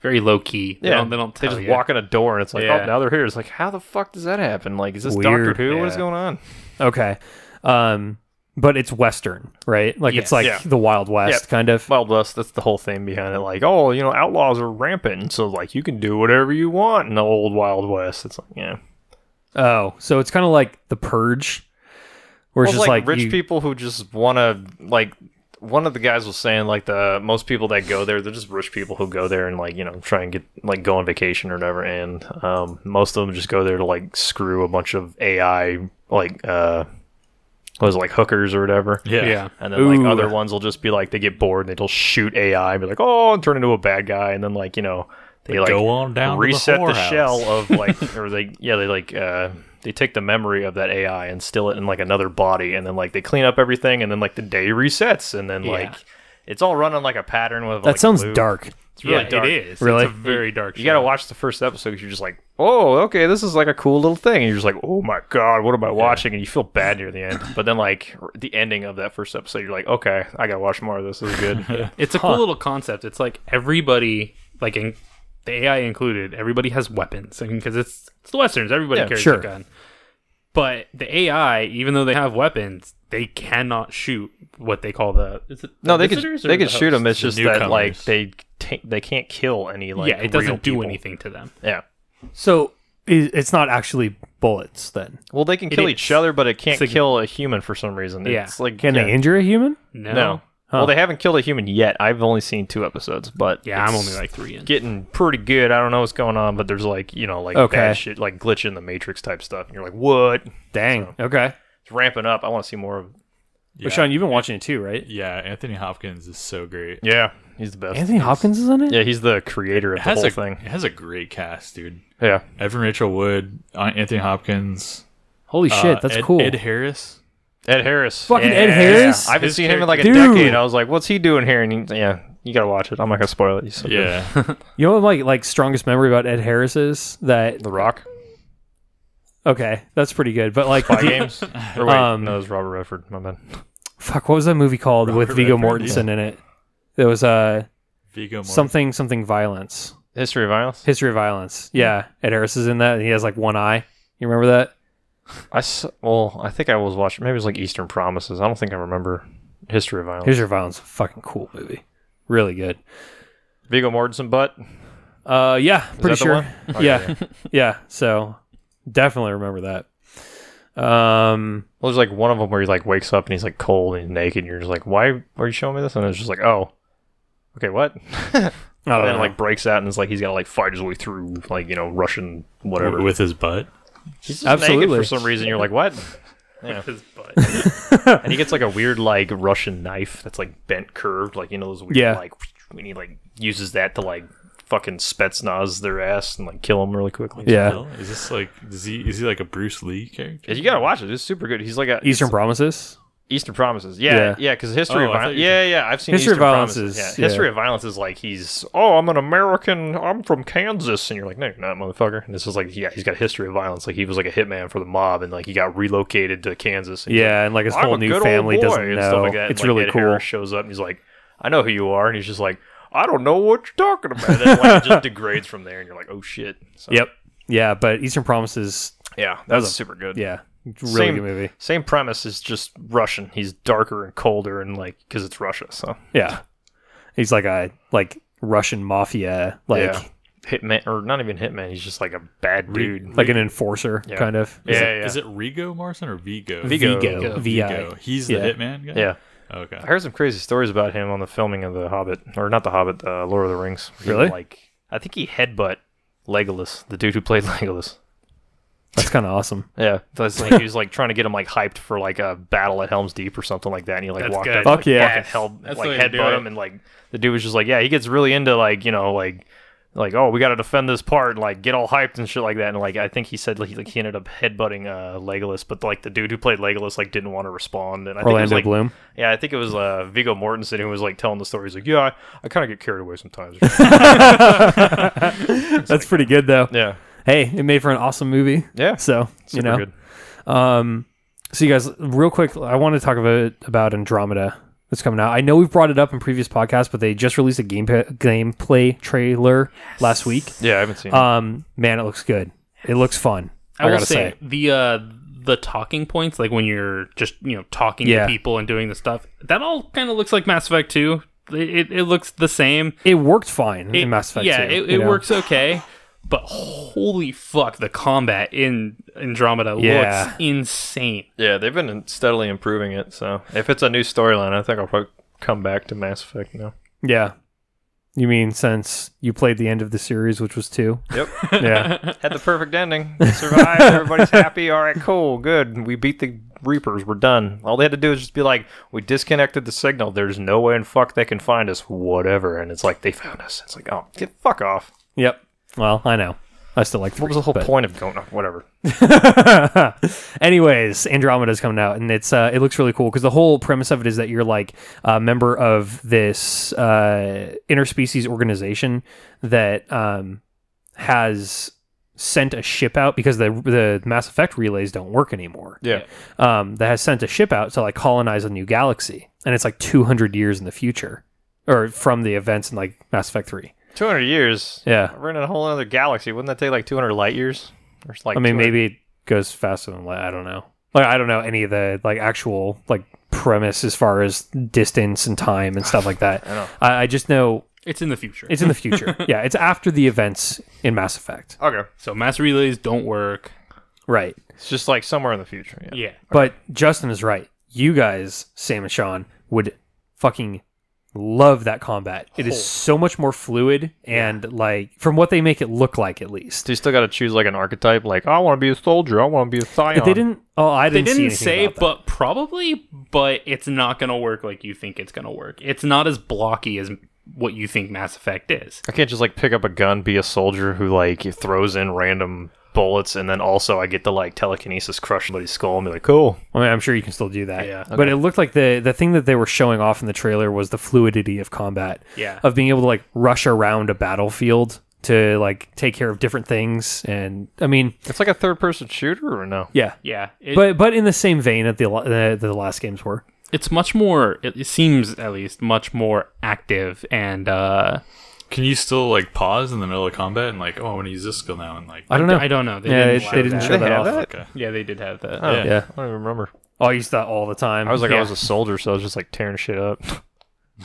Speaker 2: very low key. They don't, they don't tell
Speaker 3: just
Speaker 2: you.
Speaker 3: walk in a door and it's like,
Speaker 2: Yeah.
Speaker 3: oh, now they're here. It's like, how the fuck does that happen? Like, is this Doctor
Speaker 1: Weird.
Speaker 3: Who? What is
Speaker 1: Yeah.
Speaker 3: going on?
Speaker 1: Okay. Um, but it's Western, right? Like it's like the Wild West
Speaker 3: Yep.
Speaker 1: kind of.
Speaker 3: Well, that's that's the whole thing behind it. Like, oh, you know, outlaws are rampant, so like you can do whatever you want in the old Wild West. It's like, yeah,
Speaker 1: Oh, so it's kind of like the Purge, where it's
Speaker 3: Well,
Speaker 1: just like,
Speaker 3: rich
Speaker 1: you-
Speaker 3: people who just want to like. One of the guys was saying like the most people that go there, they're just rich people who go there and like you know try and get like go on vacation or whatever. And um, most of them just go there to like screw a bunch of AI like uh, what was it, like hookers or whatever.
Speaker 4: Yeah.
Speaker 2: Yeah.
Speaker 3: And then like
Speaker 1: Ooh.
Speaker 3: other ones will just be like they get bored and they'll shoot AI and be like, oh, and turn into a bad guy. And then like you know they like
Speaker 4: Go on down.
Speaker 3: reset
Speaker 4: to
Speaker 3: the,
Speaker 4: the, whorehouse.
Speaker 3: shell of like or they yeah they like uh they take the memory of that AI and still it in like another body and then like they clean up everything and then like the day resets and then like it's all run on like a pattern with
Speaker 1: that
Speaker 3: like,
Speaker 1: sounds
Speaker 3: glue.
Speaker 1: dark.
Speaker 3: It's really
Speaker 2: yeah,
Speaker 3: dark.
Speaker 2: it is.
Speaker 1: Really?
Speaker 2: It's a very dark
Speaker 3: You got to
Speaker 2: show.
Speaker 3: watch the first episode because you're just like, oh, okay, this is like a cool little thing. And you're just like, oh my God, what am I watching? And you feel bad near the end. But then, like, r- the ending of that first episode, you're like, okay, I got to watch more of this. This is good.
Speaker 2: It's a cool little concept. It's like everybody, like in, the AI included, everybody has weapons. I mean, because it's, it's the Westerns, everybody
Speaker 3: Yeah,
Speaker 2: carries
Speaker 1: sure.
Speaker 2: a gun. But the AI, even though they have weapons, they cannot shoot what they call the. Is it
Speaker 3: no,
Speaker 2: the
Speaker 3: they could,
Speaker 2: visitors or
Speaker 3: they could
Speaker 2: the
Speaker 3: shoot them.
Speaker 2: hosts?
Speaker 3: It's just
Speaker 4: newcomers.
Speaker 3: that, like, they, ta they can't kill any, like,
Speaker 2: yeah, it
Speaker 3: real
Speaker 2: doesn't do
Speaker 3: people.
Speaker 2: anything to them.
Speaker 3: Yeah.
Speaker 1: So i- it's not actually bullets then.
Speaker 3: Well, they can kill
Speaker 2: is.
Speaker 3: each other, but it can't
Speaker 2: It's a-
Speaker 3: kill a human for some reason.
Speaker 2: Yeah.
Speaker 3: It's like,
Speaker 1: Can
Speaker 3: yeah.
Speaker 1: they injure a human?
Speaker 2: No.
Speaker 3: No. Well, they haven't killed a human yet. I've only seen two episodes, but
Speaker 2: Yeah, I'm
Speaker 3: it's-
Speaker 2: only like three in.
Speaker 3: getting pretty good. I don't know what's going on, but there's like you know like
Speaker 1: Okay.
Speaker 3: bad shit, like glitch in the matrix type stuff. And you're like, what?
Speaker 1: Dang. Okay.
Speaker 3: It's ramping up. I want to see more of. it.
Speaker 4: Yeah.
Speaker 1: Sean, you've been watching it too, right?
Speaker 4: yeah, Anthony Hopkins is so great.
Speaker 3: Yeah, he's the best.
Speaker 1: Anthony Hopkins is in it.
Speaker 3: Yeah, he's the creator of
Speaker 4: It
Speaker 3: the
Speaker 4: has
Speaker 3: whole
Speaker 4: a
Speaker 3: thing.
Speaker 4: it has a great cast, dude.
Speaker 3: Yeah,
Speaker 4: Evan Rachel Wood, uh, Anthony Hopkins.
Speaker 1: Holy
Speaker 4: uh,
Speaker 1: shit, that's
Speaker 4: Ed-
Speaker 1: cool.
Speaker 4: Ed Harris.
Speaker 3: Ed Harris.
Speaker 1: Fucking Ed Harris?
Speaker 3: I haven't
Speaker 4: His
Speaker 3: seen him in like a
Speaker 1: character-
Speaker 3: decade.
Speaker 1: Dude.
Speaker 3: I was like, what's he doing here? And he, yeah, you gotta watch it. I'm not gonna spoil it. He's so good.
Speaker 4: Yeah.
Speaker 1: you know what my like strongest memory about Ed Harris is that.
Speaker 3: The Rock.
Speaker 1: Okay, that's pretty good. But like,
Speaker 3: Five
Speaker 1: the-
Speaker 3: games. Or wait,
Speaker 1: Um,
Speaker 3: no, it was Robert Redford. My bad.
Speaker 1: fuck, what was that movie called with Viggo
Speaker 4: Redford,
Speaker 1: Mortensen in it? It was uh
Speaker 4: Vigo Mortensen.
Speaker 1: something something violence.
Speaker 3: History of Violence.
Speaker 1: History of Violence. Yeah, Ed Harris is in that. And he has like one eye. You remember that?
Speaker 3: I s- well, I think I was watching. Maybe it was like Eastern Promises. I don't think I remember History of Violence.
Speaker 1: History of Violence, is a fucking cool movie. Really good.
Speaker 3: Viggo Mortensen, butt.
Speaker 1: Uh, yeah, pretty
Speaker 3: that the
Speaker 1: sure.
Speaker 3: one? Oh,
Speaker 1: yeah, yeah. So definitely remember that. Um,
Speaker 3: Well, there's like one of them where he like wakes up and he's like cold and he's naked. And you're just like, why are you showing me this? And it's just like, oh, okay, what? and
Speaker 1: I don't
Speaker 3: then
Speaker 1: know.
Speaker 3: like breaks out and it's like he's got to like fight his way through like you know Russian whatever.
Speaker 4: W- with his butt.
Speaker 3: he's just
Speaker 1: Absolutely.
Speaker 3: naked for some reason. You're like, what?
Speaker 2: His butt.
Speaker 3: And he gets like a weird like Russian knife that's like bent curved, like you know those weird
Speaker 1: Yeah.
Speaker 3: like when he like uses that to like fucking Spetsnaz their ass and like kill them really quickly.
Speaker 1: yeah,
Speaker 4: Hell, Is this like is he is he like a Bruce Lee character?
Speaker 3: Yeah, You gotta watch it. It's super good. He's like a
Speaker 1: Eastern Promises.
Speaker 3: Eastern Promises.
Speaker 1: Yeah.
Speaker 3: Yeah, yeah, because History of
Speaker 4: Oh, I thought
Speaker 3: Violence.
Speaker 4: you
Speaker 3: Yeah, yeah, I've seen
Speaker 1: History of
Speaker 3: Eastern
Speaker 1: Violence
Speaker 3: Promises.
Speaker 1: is-
Speaker 3: yeah. History
Speaker 1: yeah.
Speaker 3: of Violence is like he's oh I'm an American I'm from Kansas and you're like no you're not motherfucker and this is like yeah he's got a history of violence like he was like a hitman for the mob and like he got relocated to Kansas and he's like,
Speaker 1: Yeah, and like his
Speaker 3: "I'm
Speaker 1: whole
Speaker 3: a
Speaker 1: new
Speaker 3: good old
Speaker 1: family
Speaker 3: boy,"
Speaker 1: doesn't
Speaker 3: and
Speaker 1: know.
Speaker 3: stuff like that. And,
Speaker 1: It's
Speaker 3: like,
Speaker 1: really
Speaker 3: Ed
Speaker 1: cool.
Speaker 3: Harris shows up and he's like I know who you are and he's just like I don't know what you're talking about and then, like it just degrades from there and you're like oh shit so,
Speaker 1: Yep. Yeah, but Eastern Promises.
Speaker 3: yeah that was super good
Speaker 1: Yeah, really
Speaker 3: Same-
Speaker 1: good movie.
Speaker 3: Same premise is just Russian. He's darker and colder, and like because it's Russia, so
Speaker 1: Yeah, he's like a like Russian mafia, like
Speaker 3: yeah. hitman or not even hitman. He's just like a bad
Speaker 4: Re-
Speaker 3: dude.
Speaker 1: like an enforcer
Speaker 3: Yeah.
Speaker 1: kind of.
Speaker 3: yeah,
Speaker 4: Is it,
Speaker 3: yeah,
Speaker 4: Is it Rigo Morrison or Vigo?
Speaker 3: Vigo.
Speaker 1: Vigo. V I.
Speaker 4: Vigo. He's
Speaker 1: Yeah.
Speaker 4: the hitman guy.
Speaker 3: yeah.
Speaker 4: Okay.
Speaker 3: I heard some crazy stories about him on the filming of The Hobbit, or not The Hobbit, uh, Lord of the Rings. He,
Speaker 1: Really?
Speaker 3: Like I think he headbutt Legolas, the dude who played Legolas.
Speaker 1: That's kind of awesome.
Speaker 3: Yeah, that's like he was like trying to get him like hyped for like a battle at Helm's Deep or something like that, and he like
Speaker 2: That's
Speaker 3: walked
Speaker 2: good.
Speaker 3: up,
Speaker 1: Fuck
Speaker 3: like,
Speaker 1: yeah.
Speaker 3: fucking held,
Speaker 2: That's the
Speaker 3: like
Speaker 2: way to do
Speaker 3: headbutt
Speaker 2: it.
Speaker 3: him, and like the dude was just like, yeah, he gets really into like you know like like oh we got to defend this part and like get all hyped and shit like that, and like I think he said like he, like, he ended up headbutting uh Legolas, but like the dude who played Legolas like didn't want to respond, and I think it was
Speaker 1: Orlando
Speaker 3: like
Speaker 1: Bloom.
Speaker 3: yeah, I think it was uh Viggo Mortensen who was like telling the story. He's like, yeah, I, I kind of get carried away sometimes.
Speaker 1: That's pretty good though.
Speaker 3: yeah,
Speaker 1: Hey, it made for an awesome movie.
Speaker 3: yeah,
Speaker 1: So you
Speaker 3: super
Speaker 1: know,
Speaker 3: good.
Speaker 1: Um, so you guys, real quick, I want to talk about about Andromeda. that's coming out. I know we've brought it up in previous podcasts, but they just released a game gameplay trailer last week.
Speaker 3: Yeah, I haven't seen. it.
Speaker 1: Um, man, it looks good. It looks fun. I,
Speaker 2: I, will
Speaker 1: gotta
Speaker 2: say,
Speaker 1: say,
Speaker 2: the uh, the talking points, like when you're just you know talking
Speaker 1: Yeah.
Speaker 2: to people and doing the stuff, that all kind of looks like Mass Effect Two. It, it, it looks the same.
Speaker 1: it worked fine
Speaker 2: It-
Speaker 1: in Mass Effect. 2,
Speaker 2: yeah, it,
Speaker 1: you
Speaker 2: it
Speaker 1: know?
Speaker 2: works okay. But holy fuck, the combat in Andromeda
Speaker 1: Yeah.
Speaker 2: looks insane.
Speaker 3: yeah, they've been steadily improving it. So if it's a new storyline, I think I'll probably come back to Mass Effect now.
Speaker 1: Yeah. You mean since you played the end of the series, which was two?
Speaker 3: Yep,
Speaker 1: Yeah.
Speaker 3: had the perfect ending. We survived. Everybody's happy. All right, cool, good. We beat the Reapers. We're done. All they had to do is just be like, we disconnected the signal. There's no way in fuck they can find us. Whatever. And it's like they found us. It's like, oh, get fuck off.
Speaker 1: yep. Well, I know. I still like. Three,
Speaker 3: What was the whole
Speaker 1: but-
Speaker 3: point of going? up? Whatever.
Speaker 1: Anyways, Andromeda's coming out, and it's uh, it looks really cool because the whole premise of it is that you're like a member of this uh, interspecies organization that um, has sent a ship out because the the Mass Effect relays don't work anymore.
Speaker 3: Yeah.
Speaker 1: um, that has sent a ship out to like colonize a new galaxy, and it's like 200 years in the future or from the events in like Mass Effect Three.
Speaker 3: 200 years.
Speaker 1: Yeah,
Speaker 3: We're in a whole other galaxy. Wouldn't that take like 200 light years? Or it's like
Speaker 1: I mean
Speaker 3: 200
Speaker 1: maybe it goes faster than that. I don't know. Like I don't know any of the like actual like premise as far as distance and time and stuff like that. I, I just know
Speaker 2: It's in the future.
Speaker 1: it's in the future. yeah, it's after the events in Mass Effect.
Speaker 3: Okay.
Speaker 2: so mass relays don't work.
Speaker 1: Right.
Speaker 3: It's just like somewhere in the future. Yeah.
Speaker 2: Yeah.
Speaker 1: But Justin is right. You guys, Sam and Sean, would fucking love that combat. It is so much more fluid and like from what they make it look like at least.
Speaker 3: So you still got to choose like an archetype. Like, I want to be a soldier. I want to be a scion.
Speaker 1: They didn't oh I
Speaker 2: They
Speaker 1: didn't, see
Speaker 2: didn't
Speaker 1: anything
Speaker 2: say,
Speaker 1: about that.
Speaker 2: but probably, but it's not going to work like you think it's going to work. It's not as blocky as what you think Mass Effect is.
Speaker 3: I can't just like pick up a gun, be a soldier who like throws in random bullets, and then also I get to like telekinesis crush somebody's skull and be like, cool.
Speaker 1: I mean, I'm sure you can still do that.
Speaker 2: Yeah.
Speaker 1: But it looked like the the thing that they were showing off in the trailer was the fluidity of combat.
Speaker 2: Yeah.
Speaker 1: Of being able to like rush around a battlefield to like take care of different things and I mean,
Speaker 3: It's like a third person shooter or no?
Speaker 1: yeah.
Speaker 2: Yeah. It,
Speaker 1: But but in the same vein that the the, the last games were.
Speaker 2: it's much more, it it seems at least, much more active and, uh,
Speaker 4: Can you still like pause in the middle of combat and like, oh, I want to use this skill now and like,
Speaker 1: I don't know.
Speaker 2: I don't know. They
Speaker 1: yeah,
Speaker 2: didn't
Speaker 1: it-
Speaker 2: allow
Speaker 1: they didn't
Speaker 2: that.
Speaker 1: show
Speaker 3: They
Speaker 1: that
Speaker 3: have
Speaker 1: off.
Speaker 3: that?
Speaker 4: okay,
Speaker 2: yeah, they did have that.
Speaker 3: Oh,
Speaker 4: Yeah.
Speaker 1: Yeah.
Speaker 3: I don't even remember.
Speaker 1: Oh, I used that all the time.
Speaker 3: I was like,
Speaker 2: Yeah.
Speaker 3: I was a soldier, so I was just like tearing shit up.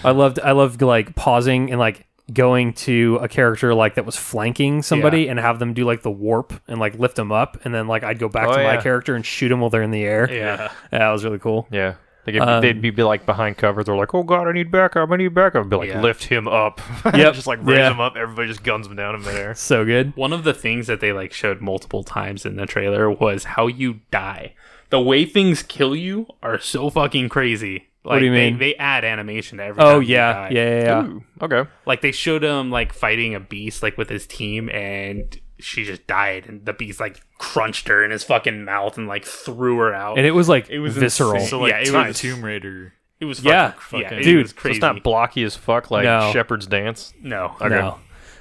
Speaker 1: I loved I loved like pausing and like going to a character like that was flanking somebody and have them do like the warp and like lift them up and then like I'd go back
Speaker 3: Oh,
Speaker 1: to my
Speaker 3: yeah.
Speaker 1: character and shoot them while they're in the air.
Speaker 2: Yeah.
Speaker 1: Yeah, that was really cool.
Speaker 3: Yeah. They get,
Speaker 1: Um,
Speaker 3: they'd be, be, like behind cover. They're like, "Oh God, I need backup! I need backup!" I'd be like,
Speaker 2: Yeah.
Speaker 3: "Lift him up!"
Speaker 1: Yep.
Speaker 3: just like raise
Speaker 1: Yeah.
Speaker 3: him up. Everybody just guns him down in midair.
Speaker 1: So good.
Speaker 2: One of the things that they like showed multiple times in the trailer was how you die. The way things kill you are so fucking crazy. Like,
Speaker 1: do you
Speaker 2: they,
Speaker 1: mean?
Speaker 2: They add animation to every.
Speaker 1: Oh
Speaker 2: time you
Speaker 1: yeah.
Speaker 2: die.
Speaker 1: Yeah, yeah, yeah.
Speaker 3: Okay.
Speaker 2: Like they showed him like fighting a beast like with his team, and she just died, and the beast like crunched her in his fucking mouth and like threw her out.
Speaker 1: And it was like
Speaker 2: It was
Speaker 1: visceral.
Speaker 2: insane.
Speaker 4: So like,
Speaker 2: Yeah, it
Speaker 4: Tomb-
Speaker 2: was-
Speaker 4: Tomb Raider.
Speaker 2: it was
Speaker 1: yeah,
Speaker 2: fucking, yeah,
Speaker 4: fucking-
Speaker 2: it
Speaker 1: Dude,
Speaker 2: was
Speaker 3: So
Speaker 2: crazy.
Speaker 3: it's not blocky as fuck like
Speaker 1: No.
Speaker 3: Shepherd's Dance.
Speaker 2: no,
Speaker 1: No.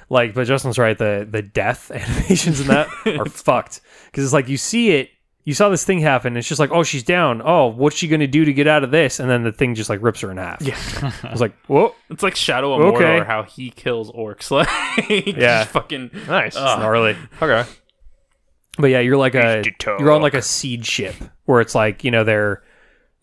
Speaker 1: Like, but Justin's right. The the death animations in that are fucked because it's like you see it, you saw this thing happen. It's just like, oh, she's down. Oh, what's she gonna do to get out of this? And then the thing just like rips her in half. Yeah, I was like, whoa,
Speaker 2: it's like Shadow of
Speaker 1: Okay.
Speaker 2: Mordor how he kills orcs. Like,
Speaker 1: Yeah.
Speaker 2: just fucking
Speaker 3: Nice.
Speaker 1: gnarly.
Speaker 3: Okay.
Speaker 1: But yeah, you're like a
Speaker 3: Used to
Speaker 1: you're on like a seed ship where it's like you know they're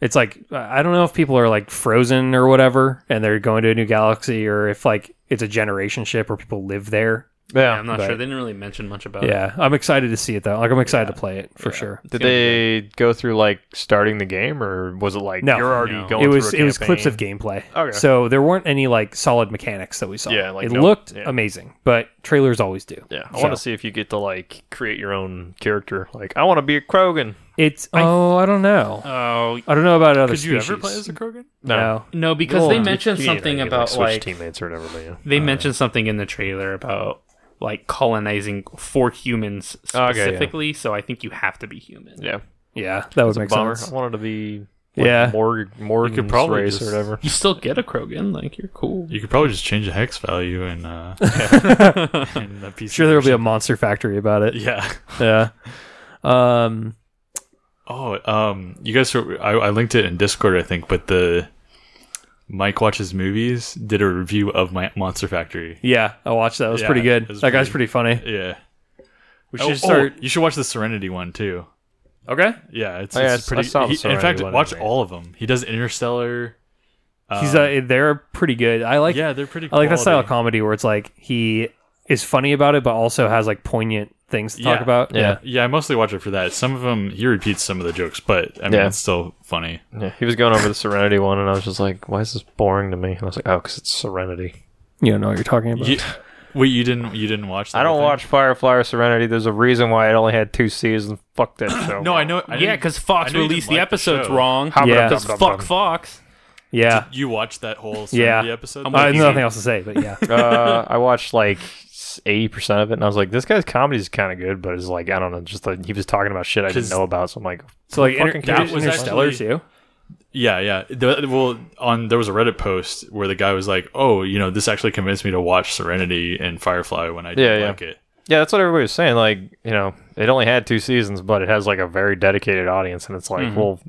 Speaker 1: it's like I don't know if people are like frozen or whatever and they're going to a new galaxy or if like it's a generation ship where people live there.
Speaker 3: Yeah.
Speaker 2: I'm not
Speaker 1: But-
Speaker 2: sure. They didn't really mention much about it.
Speaker 1: Yeah, I'm excited to see it though. Like I'm excited to play it for sure.
Speaker 3: Did they go through like starting the game, or was it like
Speaker 1: No.
Speaker 3: you're already
Speaker 2: No.
Speaker 3: going?
Speaker 1: It was
Speaker 3: through a
Speaker 1: it was
Speaker 3: campaign?
Speaker 1: clips of gameplay.
Speaker 3: Okay.
Speaker 1: So there weren't any like solid mechanics that we saw.
Speaker 3: Yeah, like,
Speaker 1: it
Speaker 3: no-
Speaker 1: looked
Speaker 3: yeah.
Speaker 1: amazing, but trailers always do.
Speaker 3: Yeah, I want to see if you get to like create your own character. Like, I want to be a Krogan.
Speaker 1: It's oh, I don't
Speaker 3: Uh,
Speaker 1: know.
Speaker 2: Oh
Speaker 1: I don't know about other
Speaker 4: Could you ever
Speaker 1: species.
Speaker 4: play as a Krogan?
Speaker 1: no.
Speaker 2: no, because they mentioned
Speaker 3: You know,
Speaker 2: something
Speaker 3: you,
Speaker 2: about
Speaker 3: switch
Speaker 2: like,
Speaker 3: teammates or whatever. But yeah.
Speaker 1: Oh,
Speaker 2: they mentioned something in the trailer about like colonizing for humans
Speaker 3: Oh, okay, yeah.
Speaker 2: specifically. So I think you have to be human.
Speaker 3: yeah,
Speaker 1: Yeah, that would make
Speaker 3: bummer.
Speaker 1: sense.
Speaker 3: I wanted to be
Speaker 1: Yeah.
Speaker 3: like, Morg Morgan's
Speaker 4: probably
Speaker 3: race
Speaker 4: just-
Speaker 3: or whatever.
Speaker 2: You still get a Krogan, like you're cool.
Speaker 4: You could probably just change the hex value and uh, and the PC
Speaker 1: Sure, there will be a monster factory about it.
Speaker 4: yeah.
Speaker 1: Yeah. Um.
Speaker 4: Oh, um, you guys, were, I, I linked it in Discord, I think, but the Mike watches movies did a review of my Monster Factory.
Speaker 1: Yeah, I watched that. It was
Speaker 4: Yeah,
Speaker 1: pretty good.
Speaker 4: it was
Speaker 1: that guy's pretty
Speaker 4: pretty-
Speaker 1: funny.
Speaker 4: Yeah,
Speaker 1: We
Speaker 4: Oh,
Speaker 1: should start.
Speaker 4: oh, you should watch the Serenity one too.
Speaker 1: Okay,
Speaker 4: Yeah, it's,
Speaker 3: Oh, yeah,
Speaker 4: it's
Speaker 3: I- I
Speaker 4: pretty.
Speaker 3: saw the
Speaker 4: he- in
Speaker 3: Serenity
Speaker 4: fact,
Speaker 3: one, I
Speaker 4: watch
Speaker 3: think.
Speaker 4: all of them. He does Interstellar.
Speaker 1: he's
Speaker 4: um,
Speaker 1: uh, they're pretty good. I like.
Speaker 4: yeah, they're pretty.
Speaker 1: I like that style of
Speaker 4: quality.
Speaker 1: comedy where it's like he is funny about it, but also has like poignant things to talk
Speaker 4: Yeah.
Speaker 1: about.
Speaker 3: Yeah.
Speaker 4: Yeah, I mostly watch it for that. Some of them he repeats some of the jokes, but I mean
Speaker 3: Yeah.
Speaker 4: it's still funny.
Speaker 3: Yeah, he was going over the Serenity one, and I was just like, "Why is this boring to me?" And I was like, "Oh, because it's Serenity."
Speaker 1: you don't know what you're talking about.
Speaker 4: You, wait, you didn't you didn't watch? the
Speaker 3: I
Speaker 4: whole
Speaker 3: don't
Speaker 4: thing?
Speaker 3: watch Firefly or Serenity. There's a reason why it only had two seasons. Fuck that show.
Speaker 4: No, Oh, I know. I
Speaker 2: yeah,
Speaker 4: didn't-
Speaker 2: because Fox
Speaker 4: I know you
Speaker 2: released
Speaker 4: didn't
Speaker 2: the
Speaker 4: like the
Speaker 2: episodes
Speaker 4: show.
Speaker 2: wrong.
Speaker 1: Yeah.
Speaker 2: Because fuck Fox.
Speaker 1: yeah,
Speaker 4: you watched that whole
Speaker 1: yeah.
Speaker 4: Serenity episode. Uh,
Speaker 1: I have nothing else to say, but yeah,
Speaker 3: uh, I watched like eighty percent of it, and I was like, "This guy's comedy is kind of good," but it's like I don't know, just like he was talking about shit I didn't
Speaker 4: 'Cause-
Speaker 3: know about. So I'm like,
Speaker 1: so like inter-
Speaker 3: Fucking that
Speaker 4: was
Speaker 1: Interstellar
Speaker 4: actually-
Speaker 1: too.
Speaker 4: Yeah, yeah. The- well, on there was a Reddit post where the guy was like, "Oh, you know, this actually convinced me to watch Serenity and Firefly when I didn't
Speaker 3: Yeah, yeah.
Speaker 4: like it."
Speaker 3: "Yeah, that's what everybody was saying." Like, you know, it only had two seasons, but it has like a very dedicated audience, and it's like,
Speaker 4: Mm-hmm.
Speaker 3: well,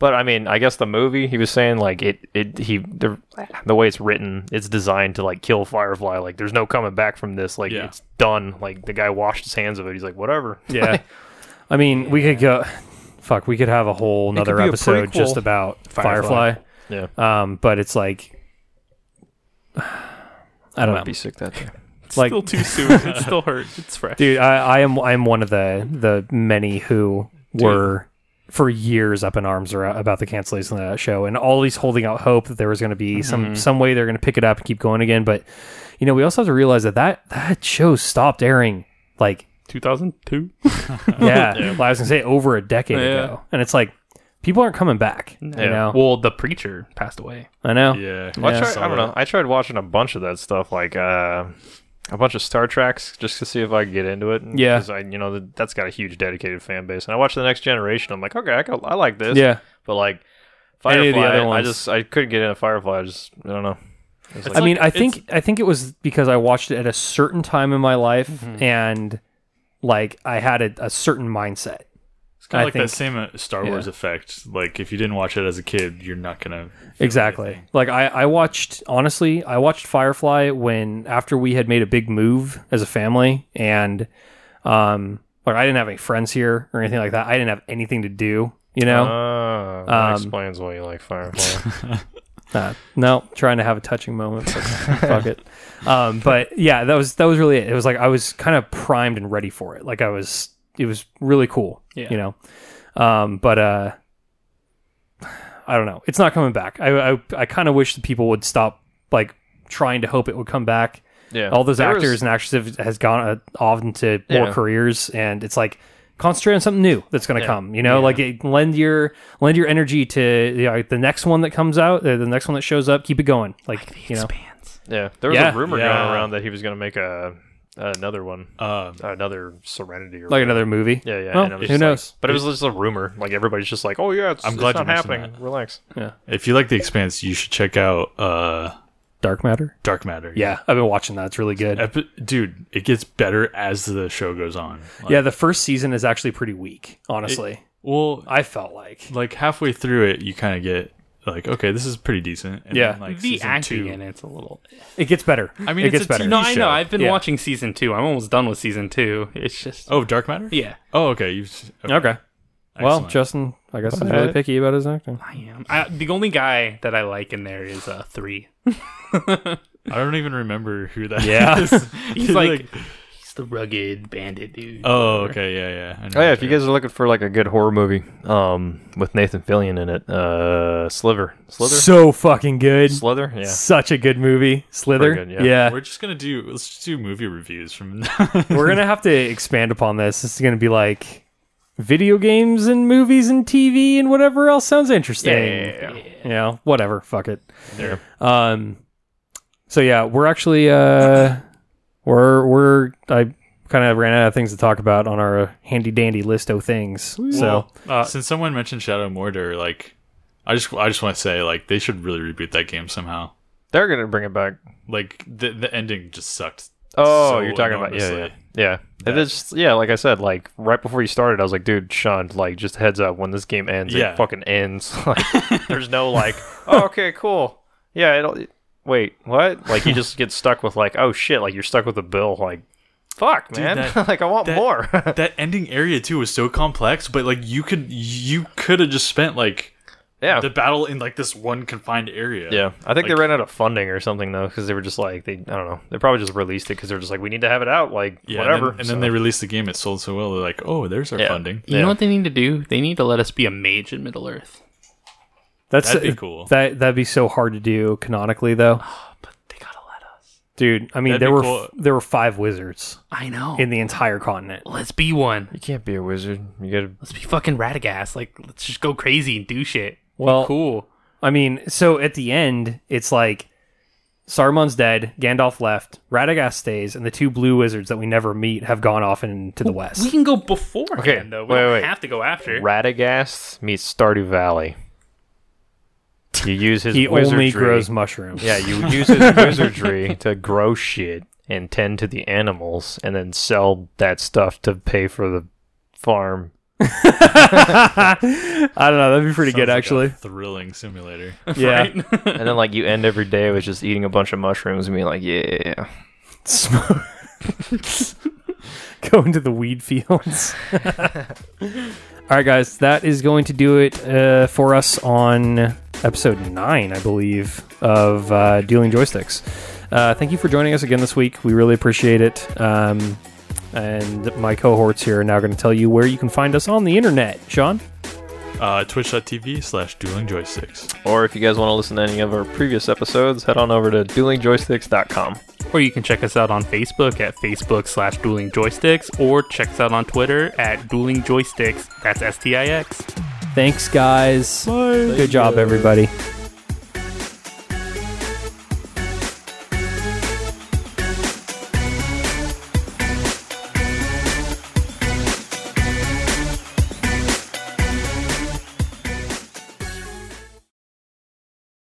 Speaker 3: but I mean, I guess the movie he was saying like it, it he the, the way it's written, it's designed to like kill Firefly. Like, there's no coming back from this. Like,
Speaker 4: Yeah.
Speaker 3: it's done. Like the guy washed his hands of it. He's like, whatever.
Speaker 1: Yeah, I mean, we could go. Fuck, we could have a whole another
Speaker 3: be a
Speaker 1: episode just
Speaker 3: prequel.
Speaker 1: about Firefly.
Speaker 3: Firefly. Yeah,
Speaker 4: Uh,
Speaker 1: Um, but it's like, I don't know.
Speaker 3: be sick that day.
Speaker 2: It's
Speaker 1: Like-
Speaker 2: still too soon. it still hurts. It's fresh.
Speaker 1: dude I, I am i am one of the the many who were for years up in arms ar- about the cancellation of that show and always holding out hope that there was going to be some some way they're going to pick it up and keep going again but you know we also have to realize that that that show stopped airing like
Speaker 2: 2002.
Speaker 1: yeah, well, i was going to say over a decade
Speaker 2: Yeah.
Speaker 1: ago and it's like people aren't coming back you
Speaker 2: Yeah.
Speaker 1: know
Speaker 2: Well, the preacher passed away.
Speaker 1: i know
Speaker 4: Yeah,
Speaker 3: Well, I,
Speaker 1: Yeah.
Speaker 3: tried, I don't know. I tried watching a bunch of that stuff, like uh, a bunch of Star Treks, just to see if I could get into it. And-
Speaker 1: Yeah.
Speaker 3: 'cause I, you know, th- that's got a huge dedicated fan base. And I watched the Next Generation. I'm like, okay, I, got, I like this.
Speaker 1: yeah
Speaker 3: But like
Speaker 1: Any
Speaker 3: Firefly,
Speaker 1: of the other
Speaker 3: I
Speaker 1: ones.
Speaker 3: just I couldn't get into Firefly. I just I don't know. It's
Speaker 1: I
Speaker 3: like-
Speaker 1: mean, I
Speaker 4: it's-
Speaker 1: think I think it was because I watched it at a certain time in my life, and like I had a, a certain mindset.
Speaker 4: It's kind
Speaker 1: I
Speaker 4: of like
Speaker 1: think-
Speaker 4: that same uh, Star Wars effect. Like if you didn't watch it as a kid, you're not gonna feel
Speaker 1: Exactly.
Speaker 4: anything.
Speaker 1: Like I, I watched honestly, I watched Firefly when after we had made a big move as a family, and um, like I didn't have any friends here or anything like that. I didn't have anything to do. You know,
Speaker 3: Oh, that
Speaker 1: Um,
Speaker 3: explains why you like Firefly.
Speaker 1: Uh, no, trying to have a touching moment. But fuck it. Um, but yeah, that was that was really it. It was like I was kind of primed and ready for it. Like I was, it was really cool.
Speaker 2: Yeah.
Speaker 1: You know, um, but uh, I don't know. It's not coming back. I I, I kind of wish that people would stop like trying to hope it would come back.
Speaker 3: yeah,
Speaker 1: All those
Speaker 3: There was-
Speaker 1: actors and actresses has gone uh, off into more
Speaker 3: Yeah.
Speaker 1: careers, and it's like concentrate on something new that's going to come. You know, like it, lend your lend your energy to you know, the next one that comes out, uh, the next one that shows up. Keep it going. Like, you know,
Speaker 2: Expands.
Speaker 3: Yeah, there was
Speaker 1: Yeah. Uh,
Speaker 3: a rumor
Speaker 4: Yeah.
Speaker 3: going around that he was going to make a another one,
Speaker 4: Um,
Speaker 3: another Serenity or
Speaker 1: like another movie.
Speaker 3: Yeah, yeah.
Speaker 1: Well,
Speaker 3: and I'm
Speaker 1: who
Speaker 3: just like-
Speaker 1: knows?
Speaker 3: but it was just a rumor. Like everybody's just like, "Oh yeah, it's,
Speaker 4: I'm
Speaker 3: it's
Speaker 4: glad you
Speaker 3: not
Speaker 4: mentioned
Speaker 3: happening. Relax."
Speaker 4: if you like The Expanse, you should check out uh,
Speaker 1: Dark Matter.
Speaker 4: Dark Matter.
Speaker 1: Yeah, I've been watching that. It's really good.
Speaker 4: Epi- dude, it gets better as the show goes on. Like,
Speaker 1: yeah, the first season is actually pretty weak. Honestly,
Speaker 4: Well,
Speaker 1: I felt like
Speaker 4: like halfway through it, you kind of get like, okay, this is pretty decent. And
Speaker 1: Yeah.
Speaker 4: then, like
Speaker 2: The
Speaker 4: season
Speaker 2: acting
Speaker 4: two-
Speaker 2: in it's a little.
Speaker 1: it gets better.
Speaker 4: I
Speaker 1: it
Speaker 4: mean,
Speaker 1: gets
Speaker 4: it's a
Speaker 1: better.
Speaker 4: TV
Speaker 2: No, I
Speaker 4: show.
Speaker 2: know. I've been
Speaker 1: Yeah.
Speaker 2: watching season two. I'm almost done with season two. It's just.
Speaker 4: Oh, Dark Matter.
Speaker 2: Yeah,
Speaker 4: Oh, okay. You've
Speaker 1: Okay. Well,
Speaker 4: Excellent.
Speaker 1: Justin, I guess is really picky about his acting.
Speaker 2: I am. I, the only guy that I like in there is uh three.
Speaker 4: I don't even remember who that
Speaker 1: Yeah.
Speaker 4: is.
Speaker 2: He's like, he's the rugged bandit dude.
Speaker 4: oh, okay, yeah, yeah. I know
Speaker 3: Oh yeah,
Speaker 4: that
Speaker 3: if you
Speaker 4: guy.
Speaker 3: guys are looking for like a good horror movie, um, with Nathan Fillion in it, uh, Sliver, Slither,
Speaker 1: So fucking good.
Speaker 3: Slither, yeah,
Speaker 1: Such a good movie, Slither.
Speaker 3: Pretty good,
Speaker 1: yeah.
Speaker 3: yeah.
Speaker 4: we're just gonna do let's just do movie reviews from.
Speaker 1: We're gonna have to expand upon this. This is gonna be like video games and movies and TV and whatever else sounds interesting. You know, whatever. Fuck it.
Speaker 4: There.
Speaker 1: Um. So yeah, we're actually uh, we're we're I kind of ran out of things to talk about on our handy dandy list of things. So
Speaker 4: Well,
Speaker 2: uh,
Speaker 4: since someone mentioned Shadow of Mordor, like, I just I just want to say like they should really reboot that game somehow.
Speaker 3: they're gonna bring it back.
Speaker 4: Like the the ending just sucked.
Speaker 3: Oh,
Speaker 4: so
Speaker 3: you're talking about yeah, yeah,
Speaker 4: enormously.
Speaker 3: yeah. And it's just- yeah, like I said, like right before you started, I was like, dude, Sean, like just heads up when this game ends,
Speaker 4: Yeah.
Speaker 3: it fucking ends. Like, there's no like, oh, okay, cool. yeah, it'll. Wait, what? Like you just get stuck with like, oh shit, like you're stuck with a bill. Like, fuck, man.
Speaker 4: that-
Speaker 3: like I want
Speaker 4: that-
Speaker 3: more.
Speaker 4: that ending area too was so complex, but like you could you could have just spent like
Speaker 2: Oh.
Speaker 3: yeah,
Speaker 4: the battle in like this one confined area.
Speaker 3: yeah. I think they
Speaker 4: like-
Speaker 3: ran out of funding or something though, because they were just like they. I don't know. They probably just released it because they're just like we need to have it out. Like
Speaker 4: Yeah, and then-
Speaker 3: whatever.
Speaker 4: And then, they released the game. It sold so well. They're like, oh, there's our
Speaker 3: Yeah.
Speaker 4: funding.
Speaker 2: You
Speaker 3: Yeah.
Speaker 2: know what they need to do? They need to let us be a mage in Middle Earth.
Speaker 1: That's
Speaker 4: That'd be cool.
Speaker 1: That that'd be so hard to do canonically though.
Speaker 2: They gotta let us.
Speaker 1: Dude, I mean
Speaker 4: That'd
Speaker 1: there
Speaker 4: be
Speaker 1: were
Speaker 4: cool.
Speaker 1: f- there were five wizards
Speaker 2: I know.
Speaker 1: in the entire continent.
Speaker 2: let's be one.
Speaker 3: you can't be a wizard. You gotta.
Speaker 2: Let's be fucking Radagast. Like, let's just go crazy and do shit.
Speaker 1: Well,
Speaker 2: Cool.
Speaker 1: I mean, so at the end, it's like Saruman's dead, Gandalf left, Radagast stays, and the two blue wizards that we never meet have gone off into the west.
Speaker 2: We can go beforehand,
Speaker 3: Okay,
Speaker 2: though. We
Speaker 3: wait,
Speaker 2: don't
Speaker 3: wait.
Speaker 2: have to go after.
Speaker 3: Radagast meets Stardew Valley. You use his
Speaker 1: he
Speaker 3: wizardry.
Speaker 1: only grows mushrooms.
Speaker 3: Yeah, you use his wizardry to grow shit and tend to the animals, and then sell that stuff to pay for the farm.
Speaker 1: I don't know. That'd be pretty good,
Speaker 4: Sounds like a
Speaker 1: actually.
Speaker 4: thrilling simulator.
Speaker 1: yeah.
Speaker 3: And then like you end every day with just eating a bunch of mushrooms and being like, yeah.
Speaker 1: Smoke. Go into the weed fields. All right, guys, that is going to do it uh, for us on episode nine, I believe, of uh, Dealing Joysticks. Uh, thank you for joining us again this week. We really appreciate it. Um, and my cohorts here are now going to tell you where you can find us on the internet. Sean?
Speaker 4: Uh, Twitch.tv slash dueling joysticks.
Speaker 3: Or if you guys want to listen to any of our previous episodes, head on over to duelingjoysticks.com.
Speaker 2: Or you can check us out on Facebook at Facebook slash Dueling Joysticks, or check us out on Twitter at Dueling Joysticks. That's S T I X.
Speaker 1: Thanks, guys. Good job, everybody.